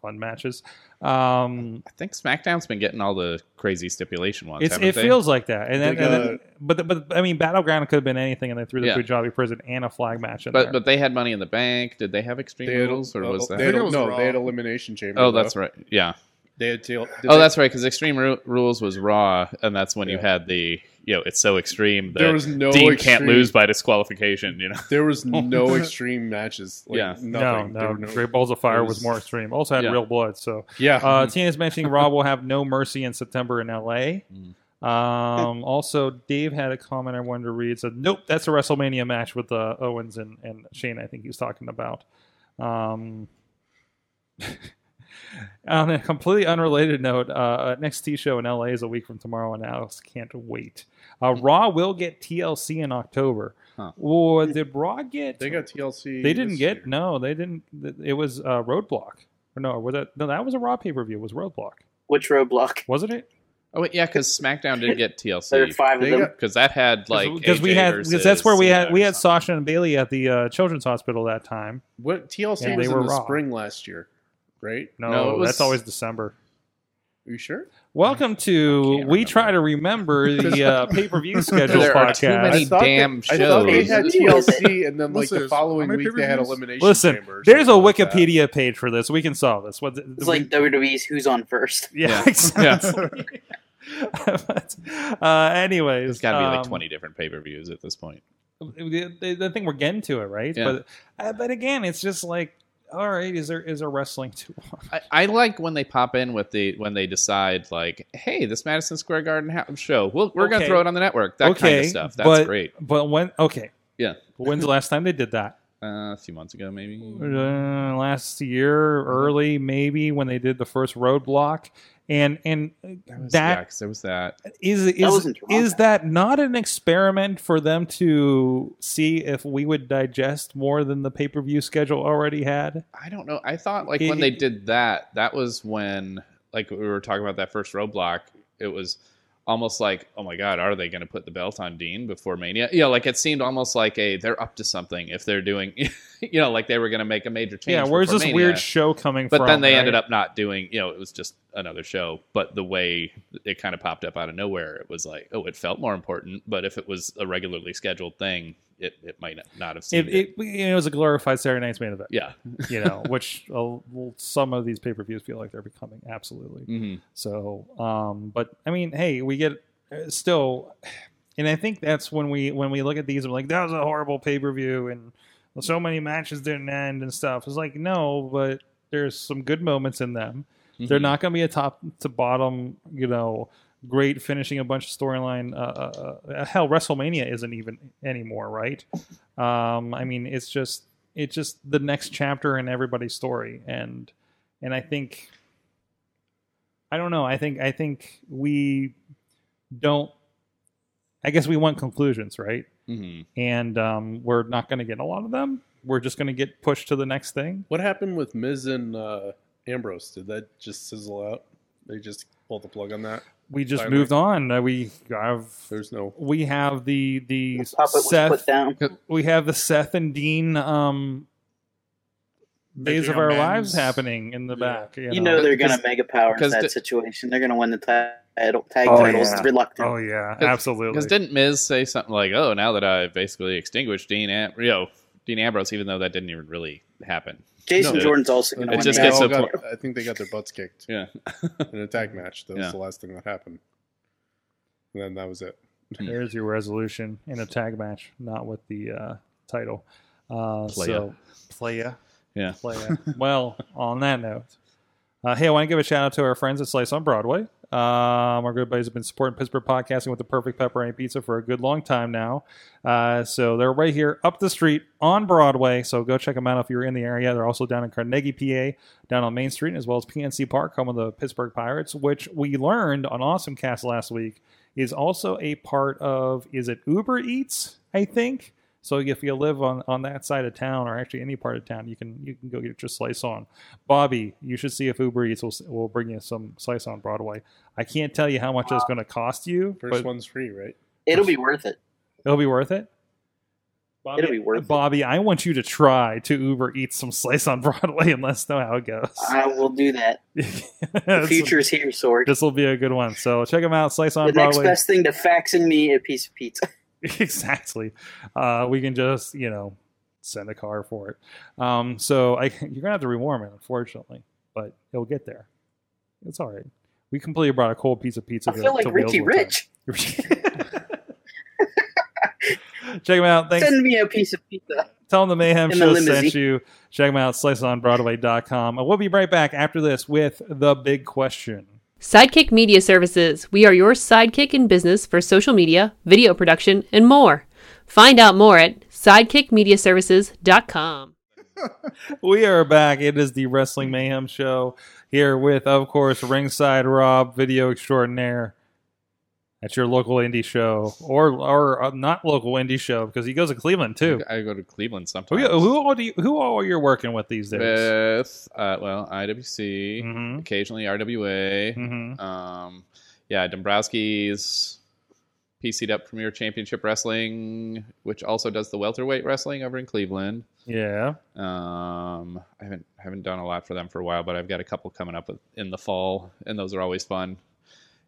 Speaker 3: fun matches. Um,
Speaker 6: I think SmackDown's been getting all the crazy stipulation ones.
Speaker 3: it's
Speaker 6: haven't
Speaker 3: it
Speaker 6: they?
Speaker 3: feels like that, and then,
Speaker 9: They
Speaker 3: and then but but I mean, battleground could have been anything, and they threw the
Speaker 6: Yeah.
Speaker 3: Punjabi prison and a flag match in
Speaker 6: But
Speaker 3: there.
Speaker 6: but they had Money in the Bank. Did they have Extreme
Speaker 9: They had,
Speaker 6: Rules or
Speaker 9: uh,
Speaker 6: was
Speaker 9: they
Speaker 6: that?
Speaker 9: had,
Speaker 7: I think it was
Speaker 9: no?
Speaker 7: Raw.
Speaker 9: They had Elimination Chamber.
Speaker 6: Oh, that's
Speaker 9: though.
Speaker 6: right. Yeah.
Speaker 9: They had tail. did
Speaker 6: Oh,
Speaker 9: they-
Speaker 6: that's right. Because Extreme Ru- Rules was Raw, and that's when you
Speaker 9: Yeah.
Speaker 6: had the you know it's so extreme
Speaker 9: There
Speaker 6: that
Speaker 9: was no
Speaker 6: Dean can't
Speaker 9: extreme-
Speaker 6: lose by disqualification. You know.
Speaker 9: There was no extreme matches. Like,
Speaker 6: Yeah.
Speaker 3: no,
Speaker 9: nothing. There
Speaker 3: no,
Speaker 9: were no-
Speaker 3: Great Balls of Fire
Speaker 9: it
Speaker 3: was,
Speaker 9: was-
Speaker 3: more extreme. Also had
Speaker 6: Yeah.
Speaker 3: real blood, so
Speaker 9: Yeah,
Speaker 3: Uh, Tina's mentioning Rob will have no mercy in September in LA.
Speaker 6: Mm.
Speaker 3: Um, also, Dave had a comment I wanted to read. Said, "Nope, that's a WrestleMania match with uh, Owens and, and Shane. I think he's talking about." Um, on a completely unrelated note, uh, next T show in LA is a week from tomorrow, and Alex can't wait. Uh, Raw will get TLC in October.
Speaker 6: Huh.
Speaker 3: Or did Raw get?
Speaker 9: they got TLC.
Speaker 3: They didn't
Speaker 9: this
Speaker 3: get
Speaker 9: year.
Speaker 3: no. They didn't. th- It was uh, Roadblock. Or no, was that no? That was a Raw pay per view. Was Roadblock?
Speaker 4: Which roadblock?
Speaker 3: Wasn't it?
Speaker 6: Oh wait, yeah, because SmackDown did get
Speaker 4: There are
Speaker 6: TLC
Speaker 4: five of
Speaker 9: They
Speaker 4: them.
Speaker 9: got-
Speaker 6: because that had like
Speaker 3: because we
Speaker 6: AJ
Speaker 3: had
Speaker 6: versus
Speaker 3: because that's where we had we had
Speaker 6: something.
Speaker 3: Sasha and Bailey at the uh, Children's Hospital that time.
Speaker 9: What TLC
Speaker 3: Yeah,
Speaker 9: was
Speaker 3: they
Speaker 9: in
Speaker 3: were
Speaker 9: the
Speaker 3: Raw.
Speaker 9: spring last year, right?
Speaker 3: No,
Speaker 6: No, it was-
Speaker 3: that's always December.
Speaker 9: Are you sure?
Speaker 3: Welcome
Speaker 6: I
Speaker 3: to
Speaker 6: can't
Speaker 3: we
Speaker 6: remember.
Speaker 3: try to remember the uh, pay per view schedule
Speaker 6: There are too
Speaker 3: podcast.
Speaker 6: many
Speaker 9: I thought they-
Speaker 6: damn
Speaker 9: I thought they
Speaker 6: shows.
Speaker 9: had TLC, and then like
Speaker 7: Listen,
Speaker 9: the following
Speaker 7: how many
Speaker 9: week they had
Speaker 7: pay-per-views?
Speaker 9: elimination.
Speaker 3: Listen,
Speaker 9: Chamber or
Speaker 3: there's a
Speaker 9: something like that.
Speaker 3: Wikipedia page for this. We can solve this. What
Speaker 4: It's like WWE's Who's on First.
Speaker 3: yeah,
Speaker 6: Yeah.
Speaker 3: exactly. But, uh, anyways,
Speaker 6: There's got to be like
Speaker 3: um,
Speaker 6: 20 different pay per views at this point.
Speaker 3: the, the, the thing we're getting to it right
Speaker 6: Yeah.
Speaker 3: but uh, but again it's just like all right is there is there wrestling too long
Speaker 6: I, I like when they pop in with the when they decide like, hey, this Madison Square Garden ha- show, we'll, we're gonna
Speaker 3: Okay.
Speaker 6: throw it on the network. That kind of
Speaker 3: Okay,
Speaker 6: stuff. That's
Speaker 3: but-
Speaker 6: great.
Speaker 3: but when okay
Speaker 6: Yeah.
Speaker 3: when's the last time they did that
Speaker 6: Uh, a few months ago, maybe.
Speaker 3: uh, last
Speaker 6: Mm-hmm.
Speaker 3: year early maybe when they did the first roadblock and and
Speaker 6: That was, yeah,
Speaker 3: that
Speaker 6: 'cause there was that.
Speaker 3: is is
Speaker 4: was in Toronto.
Speaker 3: is that not an experiment for them to see if we would digest more than the pay-per-view schedule already had
Speaker 6: I don't know. I thought like
Speaker 3: It-
Speaker 6: when they
Speaker 3: it-
Speaker 6: did that, that was when like we were talking about that first roadblock. It was almost like, oh my god, are they going to put the belt on Dean before Mania? You know, like it seemed almost like a they're up to something if they're doing, you know, like they were going to make a major change.
Speaker 3: yeah where's
Speaker 6: before
Speaker 3: this
Speaker 6: Mania.
Speaker 3: weird show coming
Speaker 6: but
Speaker 3: from
Speaker 6: then they
Speaker 3: right?
Speaker 6: ended up not doing. You know, it was just another show. But the way it kind of popped up out of nowhere, it was like, oh, it felt more important. But if it was a regularly scheduled thing, it, it might not- not have
Speaker 3: it,
Speaker 6: seemed.
Speaker 3: it, it was a glorified Saturday Night's main event.
Speaker 6: yeah.
Speaker 3: you know, which uh, well, some of these pay per views feel like they're becoming absolutely.
Speaker 6: hmm
Speaker 3: So, um, but I mean, hey, we get uh, still, and I think that's when we when we look at these, we're like, that was a horrible pay per view, and so many matches didn't end and stuff. It's like no, but there's some good moments in them.
Speaker 6: Mm-hmm.
Speaker 3: They're not going to be a top to bottom, you know, great finishing a bunch of storyline. Uh, uh, uh, hell, WrestleMania isn't even anymore, right? Um, I mean, it's just it's just the next chapter in everybody's story, and and I think I don't know. I think I think we don't. I guess we want conclusions, right?
Speaker 6: Mhm.
Speaker 3: And um, we're not going to get a lot of them. We're just going to get pushed to the next thing.
Speaker 9: What happened with Miz and uh, Ambrose? Did that just sizzle out? They just pulled the plug on that.
Speaker 3: We just
Speaker 9: Finally.
Speaker 3: moved on. Uh, We have
Speaker 9: There's no
Speaker 3: we have the the
Speaker 4: Puppet was put
Speaker 3: Seth.
Speaker 4: down.
Speaker 3: We have the Seth and Dean um, days
Speaker 7: Making
Speaker 3: of our
Speaker 7: amends.
Speaker 3: lives happening in the
Speaker 7: Yeah.
Speaker 3: back. You know,
Speaker 4: You know they're gonna
Speaker 6: Because-
Speaker 4: mega power in
Speaker 6: because
Speaker 4: that
Speaker 6: the-
Speaker 4: situation. They're gonna win the title, tag
Speaker 10: Oh,
Speaker 4: titles
Speaker 10: yeah.
Speaker 4: reluctant.
Speaker 3: oh yeah,
Speaker 6: Because-
Speaker 3: absolutely.
Speaker 6: Because didn't Miz say something like, "Oh, now that I basically extinguished Dean, Am- you know, Dean Ambrose," even though that didn't even really happen.
Speaker 4: Jason
Speaker 6: No.
Speaker 4: Jordan's also gonna
Speaker 6: It
Speaker 4: win.
Speaker 6: just
Speaker 4: the
Speaker 9: They
Speaker 6: gets
Speaker 9: all
Speaker 6: a
Speaker 9: got- I think they got their butts kicked
Speaker 6: Yeah.
Speaker 9: in an attack match. That was
Speaker 6: Yeah.
Speaker 9: the last thing that happened. And then that was it.
Speaker 6: Hmm.
Speaker 3: There's your resolution in a tag match, not with the uh, title. Uh,
Speaker 6: Playa.
Speaker 3: So, playa.
Speaker 6: Yeah.
Speaker 3: Playa. well, on that note, uh, hey, I want to give a shout out to our friends at Slice on Broadway. Um, our good buddies have been supporting Pittsburgh podcasting with the perfect pepperoni pizza for a good long time now. Uh, so they're right here up the street on Broadway. So go check them out if you're in the area. They're also down in Carnegie, PA, down on Main Street, as well as PNC Park, home of the Pittsburgh Pirates, which we learned on Awesome Cast last week is also a part of is it Uber Eats, I think. So if you live on, on that side of town or actually any part of town, you can you can go get your slice on. Bobby, you should see if Uber Eats will, will bring you some slice on Broadway. I can't tell you how much it's going to cost you,
Speaker 9: First
Speaker 3: but
Speaker 9: one's free, right?
Speaker 4: It'll be worth it.
Speaker 3: it'll be worth it. Bobby,
Speaker 4: It'll be worth it.
Speaker 3: Bobby, I want you to try to Uber Eats some slice on Broadway and let us know how it
Speaker 4: I will do that. The
Speaker 3: goes.
Speaker 4: future is here, Sword.
Speaker 3: This will be a good one. So check them out, Slice on
Speaker 4: The next
Speaker 3: Broadway.
Speaker 4: best thing to faxing me a piece of pizza.
Speaker 3: exactly. Uh, we can just, you know, send a car for it. Um, so I, you're gonna have to rewarm it, unfortunately, but it'll get there. It's all right. We completely brought a cold piece of pizza.
Speaker 4: I feel like
Speaker 3: Wheels
Speaker 4: Ricky
Speaker 3: one time.
Speaker 4: Rich.
Speaker 3: Check them out. Thanks.
Speaker 4: Send me a piece of pizza.
Speaker 3: Tell them the Mayhem
Speaker 4: In the
Speaker 3: Show
Speaker 4: limousine.
Speaker 3: sent you. Check them out. Sliceonbroadway.com. And we'll be right back after this with the big question.
Speaker 8: Sidekick Media Services. We are your sidekick in business for social media, video production, and more. Find out more at sidekickmediaservices.com.
Speaker 3: We are back. It is the Wrestling Mayhem Show here with, of course, Ringside Rob, video extraordinaire at your local indie show or or uh, not local indie show because he goes to Cleveland too. Oh,
Speaker 6: I go to Cleveland
Speaker 3: Who,
Speaker 6: sometimes.
Speaker 3: who all do you, who all are you working with these days?
Speaker 6: With uh, well, IWC,
Speaker 3: Mm-hmm.
Speaker 6: occasionally RWA.
Speaker 3: hmm
Speaker 6: Um, yeah, Dombrowski's PC'd up Premier Championship Wrestling, which also does the welterweight wrestling over in Cleveland.
Speaker 3: Yeah.
Speaker 6: Um, I haven't haven't done a lot for them for a while, but I've got a couple coming up with, in the fall, and those are always fun.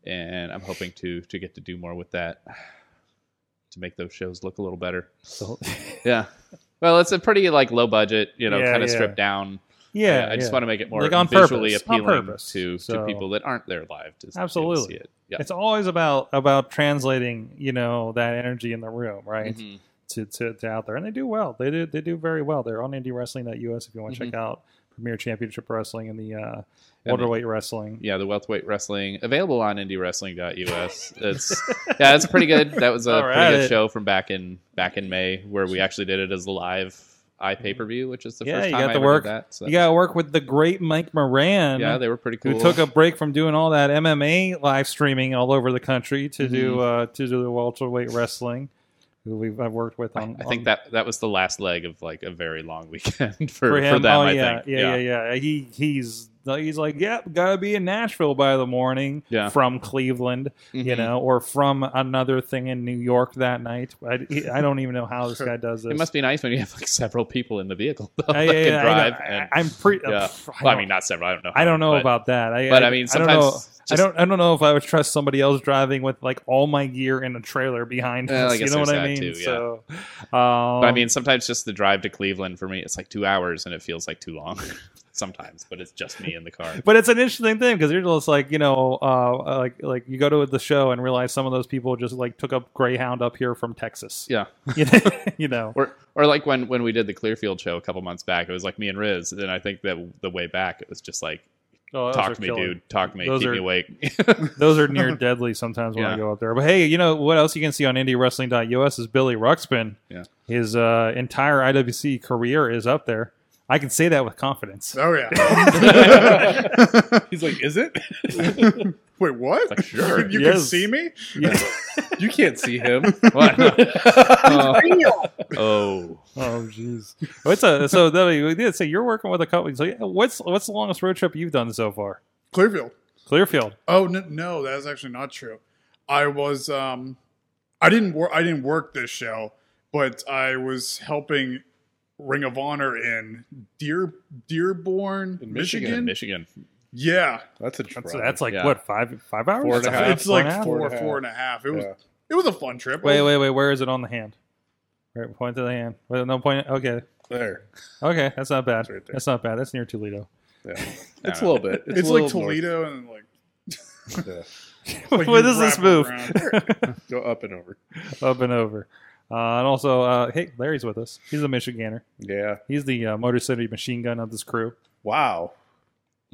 Speaker 6: And I'm hoping to to get to do more with that to make those shows look a little better.
Speaker 3: So-
Speaker 6: Yeah. Well, it's a pretty like low budget, you know,
Speaker 3: Yeah,
Speaker 6: kind of
Speaker 3: yeah.
Speaker 6: stripped down.
Speaker 3: yeah.
Speaker 6: I, I just
Speaker 3: yeah.
Speaker 6: want to make it more
Speaker 3: Like, on
Speaker 6: visually
Speaker 3: purpose, on
Speaker 6: appealing
Speaker 3: purpose.
Speaker 6: to
Speaker 3: So-
Speaker 6: to people that aren't there live. To, to be able to
Speaker 3: Absolutely.
Speaker 6: see it. Yeah.
Speaker 3: It's always about about translating, you know, that energy in the room, right?
Speaker 6: Mhm.
Speaker 3: to, to, to out there, and they do well. They do they do very well. They're on IndieWrestling.us if you want to check out Premier Championship Wrestling and the uh,
Speaker 6: Mm-hmm. And-
Speaker 3: Welterweight Wrestling.
Speaker 6: yeah, the welterweight wrestling available on indiewrestling.us. It's yeah, that's pretty good. That was a
Speaker 3: All
Speaker 6: pretty good
Speaker 3: right.
Speaker 6: show from back in back in May where we actually did it as a live i pay per view, which is the
Speaker 3: Yeah,
Speaker 6: first
Speaker 3: you
Speaker 6: time
Speaker 3: got
Speaker 6: I
Speaker 3: to
Speaker 6: ever
Speaker 3: work-
Speaker 6: did that. So
Speaker 3: You got to work with the great Mike Moran,
Speaker 6: yeah, they were pretty cool.
Speaker 3: who took a break from doing all that MMA live streaming all over the country to do
Speaker 6: Mm-hmm.
Speaker 3: uh, to do the Welterweight Wrestling. Who we've I've worked with on.
Speaker 6: I think
Speaker 3: on-
Speaker 6: that that was the last leg of like a very long weekend
Speaker 3: for
Speaker 6: for, for,
Speaker 3: him.
Speaker 6: them.
Speaker 3: oh
Speaker 6: I
Speaker 3: yeah,
Speaker 6: think.
Speaker 3: yeah, yeah, yeah, He he's he's like, yep, gotta be in Nashville by the morning.
Speaker 6: Yeah.
Speaker 3: from Cleveland. you
Speaker 6: Mhm.
Speaker 3: know, or from another thing in New York that night. I, I don't even know how this guy does this.
Speaker 6: It must be nice when you have like several people in the vehicle though,
Speaker 3: I,
Speaker 6: that can
Speaker 3: I- I-
Speaker 6: drive.
Speaker 3: I,
Speaker 6: and,
Speaker 3: am pretty.
Speaker 6: yeah.
Speaker 3: I,
Speaker 6: well, I
Speaker 3: don't-
Speaker 6: mean, not several. I don't know.
Speaker 3: I don't
Speaker 6: how
Speaker 3: know
Speaker 6: many, but-
Speaker 3: about that. I,
Speaker 6: but I mean,
Speaker 3: I don't know.
Speaker 6: sometimes
Speaker 3: I
Speaker 6: just-
Speaker 3: don't. I don't know if I would trust somebody else driving with like all my gear in a trailer behind
Speaker 6: Well, Eh, I
Speaker 3: us. You
Speaker 6: guess
Speaker 3: know what
Speaker 6: there's
Speaker 3: I mean?
Speaker 6: that too, yeah.
Speaker 3: So, um,
Speaker 6: But I mean, sometimes just the drive to Cleveland for me, it's like two hours and it feels like too long sometimes, but it's just me in the car.
Speaker 3: but it's an interesting thing because you're just like you know uh, like like you go to the show and realize some of those people just like took up greyhound up here from texas
Speaker 6: Yeah.
Speaker 3: you know
Speaker 6: Or, or like when, when we did the Clearfield show a couple months back, it was like me and Riz. And then I think that the way back, it was just like
Speaker 3: Oh, those are
Speaker 6: Talk to me,
Speaker 3: killer.
Speaker 6: dude. Talk to me.
Speaker 3: Those
Speaker 6: Keep
Speaker 3: are-
Speaker 6: me awake.
Speaker 3: Those are near deadly sometimes when I
Speaker 6: Yeah.
Speaker 3: go out there. But hey, you know what else you can see on IndieWrestling.us is Billy Ruxpin.
Speaker 6: Yeah.
Speaker 3: His uh, entire IWC career is up there. I can say that with confidence.
Speaker 7: Oh yeah.
Speaker 9: He's like, is it?
Speaker 7: Wait, what?
Speaker 6: Like, sure.
Speaker 7: You, you can
Speaker 3: Yes.
Speaker 7: see me?
Speaker 3: Yeah.
Speaker 9: You can't see him.
Speaker 6: What? oh.
Speaker 4: Real.
Speaker 6: oh.
Speaker 3: oh, jeez. What's a, so that, we did say you're working with a company. So yeah, what's what's the longest road trip you've done so far?
Speaker 7: Clearfield.
Speaker 3: Clearfield.
Speaker 7: Oh no, no, that is actually not true. I was um, I didn't work. I didn't work this show, but I was helping Ring of Honor in Deer Dearborn,
Speaker 9: In
Speaker 7: Michigan.
Speaker 9: Michigan.
Speaker 6: Michigan.
Speaker 7: Yeah,
Speaker 9: That's a
Speaker 3: That's,
Speaker 9: drive.
Speaker 3: that's like
Speaker 6: Yeah.
Speaker 3: what five five hours?
Speaker 9: Four and a half.
Speaker 7: it's
Speaker 3: Four
Speaker 7: like
Speaker 3: and a half?
Speaker 7: four,
Speaker 9: Four and a
Speaker 7: four and a half. It was
Speaker 9: Yeah.
Speaker 7: it was a fun trip.
Speaker 3: Wait, wait, wait. Where is it on the hand? Right, point to the hand. Wait, no point. Okay,
Speaker 9: there.
Speaker 3: okay. That's not bad.
Speaker 9: It's right there.
Speaker 3: that's not bad. That's near Toledo.
Speaker 9: Yeah.
Speaker 6: It's
Speaker 9: It's a
Speaker 6: a
Speaker 9: little bit.
Speaker 7: It's, like Toledo and like
Speaker 3: what
Speaker 7: Like, you
Speaker 3: is this
Speaker 7: wrap
Speaker 3: move?
Speaker 9: Go up and over.
Speaker 3: Up and over. Uh, and also, uh, hey, Larry's with us. He's a Michiganer.
Speaker 9: Yeah.
Speaker 3: He's the uh, Motor City machine gun of this crew.
Speaker 9: Wow.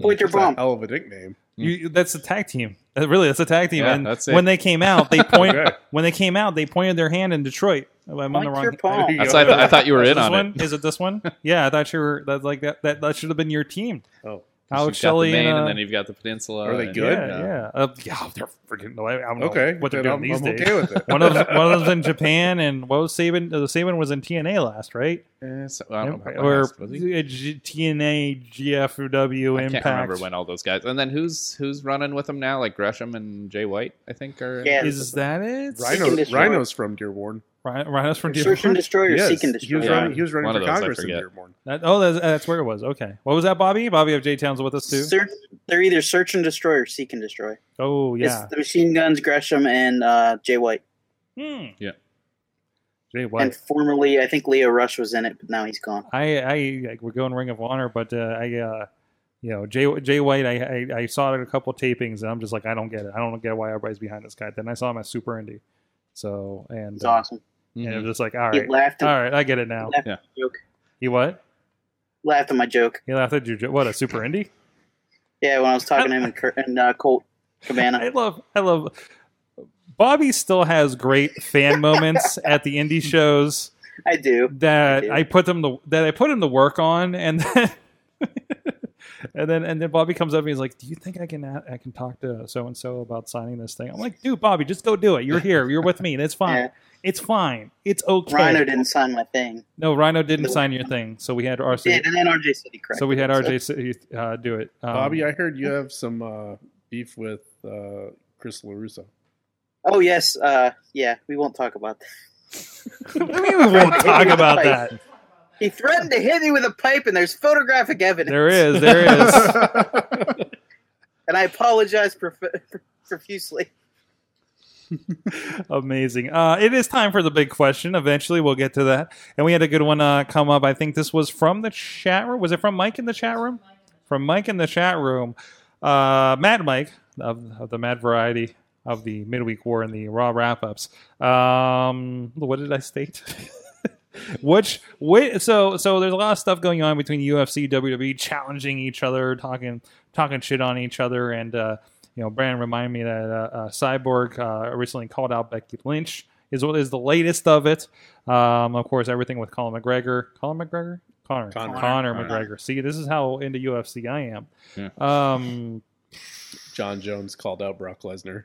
Speaker 4: Point your
Speaker 9: That's a
Speaker 4: bomb.
Speaker 9: hell of a nickname.
Speaker 3: You, that's a tag team. Uh, Really, that's a tag team.
Speaker 6: Yeah,
Speaker 3: and
Speaker 6: that's it.
Speaker 3: when they came out, they point
Speaker 9: Okay.
Speaker 3: when they came out, they pointed their hand in Detroit. I'm on the
Speaker 4: Point
Speaker 3: wrong.
Speaker 4: your palm.
Speaker 9: There you
Speaker 6: That's
Speaker 9: go.
Speaker 6: I, th- I thought you were
Speaker 3: Is
Speaker 6: in
Speaker 3: this
Speaker 6: on
Speaker 3: one?
Speaker 6: it.
Speaker 3: Is it this one? Yeah, I thought you were. That's like that. That, that should have been your team.
Speaker 9: Oh.
Speaker 3: Alex
Speaker 6: You've got the
Speaker 3: Shelley
Speaker 6: Maine,
Speaker 3: and, uh,
Speaker 6: and then you've got the peninsula.
Speaker 9: Are they
Speaker 6: and-
Speaker 9: good?
Speaker 3: Yeah, yeah. Uh, yeah they're freaking. I don't know
Speaker 9: Okay.
Speaker 3: what they're
Speaker 9: then
Speaker 3: doing
Speaker 9: I'm,
Speaker 3: these
Speaker 9: I'm
Speaker 3: days.
Speaker 9: okay with it.
Speaker 3: one of one of them's in Japan, and what was Saban? Uh, Saban was in TNA last, right?
Speaker 6: Eh, so, I don't know.
Speaker 3: or
Speaker 6: Or, was he?
Speaker 3: uh, G- TNA GFW
Speaker 6: I
Speaker 3: Impact.
Speaker 6: can't remember when all those guys. And then who's who's running with them now? Like Gresham and Jay White, I think. Are
Speaker 4: Yeah.
Speaker 3: Is that it?
Speaker 4: Seek
Speaker 9: Rhino,
Speaker 4: and destroy.
Speaker 9: Rhino's from Dearborn.
Speaker 3: Rhi- Rhinos from
Speaker 4: Search and
Speaker 3: Dearborn.
Speaker 4: destroy or
Speaker 9: Yes,
Speaker 4: seek and
Speaker 9: he
Speaker 4: destroy.
Speaker 9: was
Speaker 6: Yeah.
Speaker 9: running. He was running
Speaker 6: One of
Speaker 9: for
Speaker 6: those, I
Speaker 9: Congress in
Speaker 6: forget.
Speaker 9: Dearborn.
Speaker 3: That- oh, that's, that's where it was. Okay, what was that, Bobby? Bobby of J Town's with us too.
Speaker 4: Search, they're either search and destroy or seek and destroy.
Speaker 3: oh yeah.
Speaker 4: It's the machine guns, Gresham, and uh, Jay White.
Speaker 3: Hmm.
Speaker 6: Yeah.
Speaker 3: Jay White.
Speaker 4: And formerly, I think Leo Rush was in it, but now he's gone.
Speaker 3: I, I like, we're going Ring of Honor, but uh, I, uh, you know, Jay Jay White, I, I, I saw it at a couple tapings, and I'm just like, I don't get it. I don't get why everybody's behind this guy. Then I saw him at Super Indy, so and
Speaker 4: It's
Speaker 3: uh,
Speaker 4: awesome.
Speaker 3: and I'm
Speaker 6: Mhm.
Speaker 3: just like, all
Speaker 4: He
Speaker 3: right,
Speaker 4: laughed
Speaker 3: all
Speaker 4: at,
Speaker 3: right, I get it now.
Speaker 4: laughed,
Speaker 6: Yeah.
Speaker 4: at my joke.
Speaker 3: He what?
Speaker 4: laughed at my joke.
Speaker 3: He laughed at you. What a Super Indy?
Speaker 4: Yeah, when I was talking to him and, Kurt- and uh, Colt
Speaker 3: I
Speaker 4: Cabana.
Speaker 3: love, I love. Bobby still has great fan moments at the indie shows
Speaker 4: I do.
Speaker 3: that
Speaker 4: do.
Speaker 3: I put them the that I put him to work on, and then and then and then Bobby comes up and he's like, "Do you think I can a- I can talk to so and so about signing this thing?" I'm like, "Dude, Bobby, just go do it. You're here. You're with me. That's fine.
Speaker 4: Yeah.
Speaker 3: It's fine. It's okay."
Speaker 4: Rhino didn't sign my thing.
Speaker 3: No, Rhino didn't sign your thing, so we had
Speaker 4: Yeah,
Speaker 3: RC.
Speaker 4: and then RJ said he corrected
Speaker 3: So we had
Speaker 4: himself.
Speaker 3: RJ City, uh, do it. Um,
Speaker 9: Bobby, I heard you have some uh, beef with uh, Chris Larusso.
Speaker 4: Oh yes, uh, yeah. We won't talk about that.
Speaker 3: we won't talk about that.
Speaker 4: He threatened to hit me with a pipe, and there's photographic evidence.
Speaker 3: There is, there is.
Speaker 4: And I apologize prof- profusely.
Speaker 3: Amazing. Uh, it is time for the big question. Eventually, we'll get to that. And we had a good one uh, come up. I think this was from the chat room. Was it from Mike in the chat room? From Mike in the chat room. Uh, Mad Mike of, of the Mad Variety of the Midweek War and the Raw wrap ups. Um, what did I state? Which, wait, so so there's a lot of stuff going on between UFC, WWE, E challenging each other, talking talking shit on each other, and uh, you know, Brandon reminded me that uh, uh, Cyborg uh, recently called out Becky Lynch is what is the latest of it. Um, of course, everything with Colin McGregor, Colin McGregor, Connor, Connor,
Speaker 9: Conor.
Speaker 3: McGregor. See, this is how into UFC I am.
Speaker 6: Yeah.
Speaker 3: Um,
Speaker 9: John Jones called out Brock Lesnar.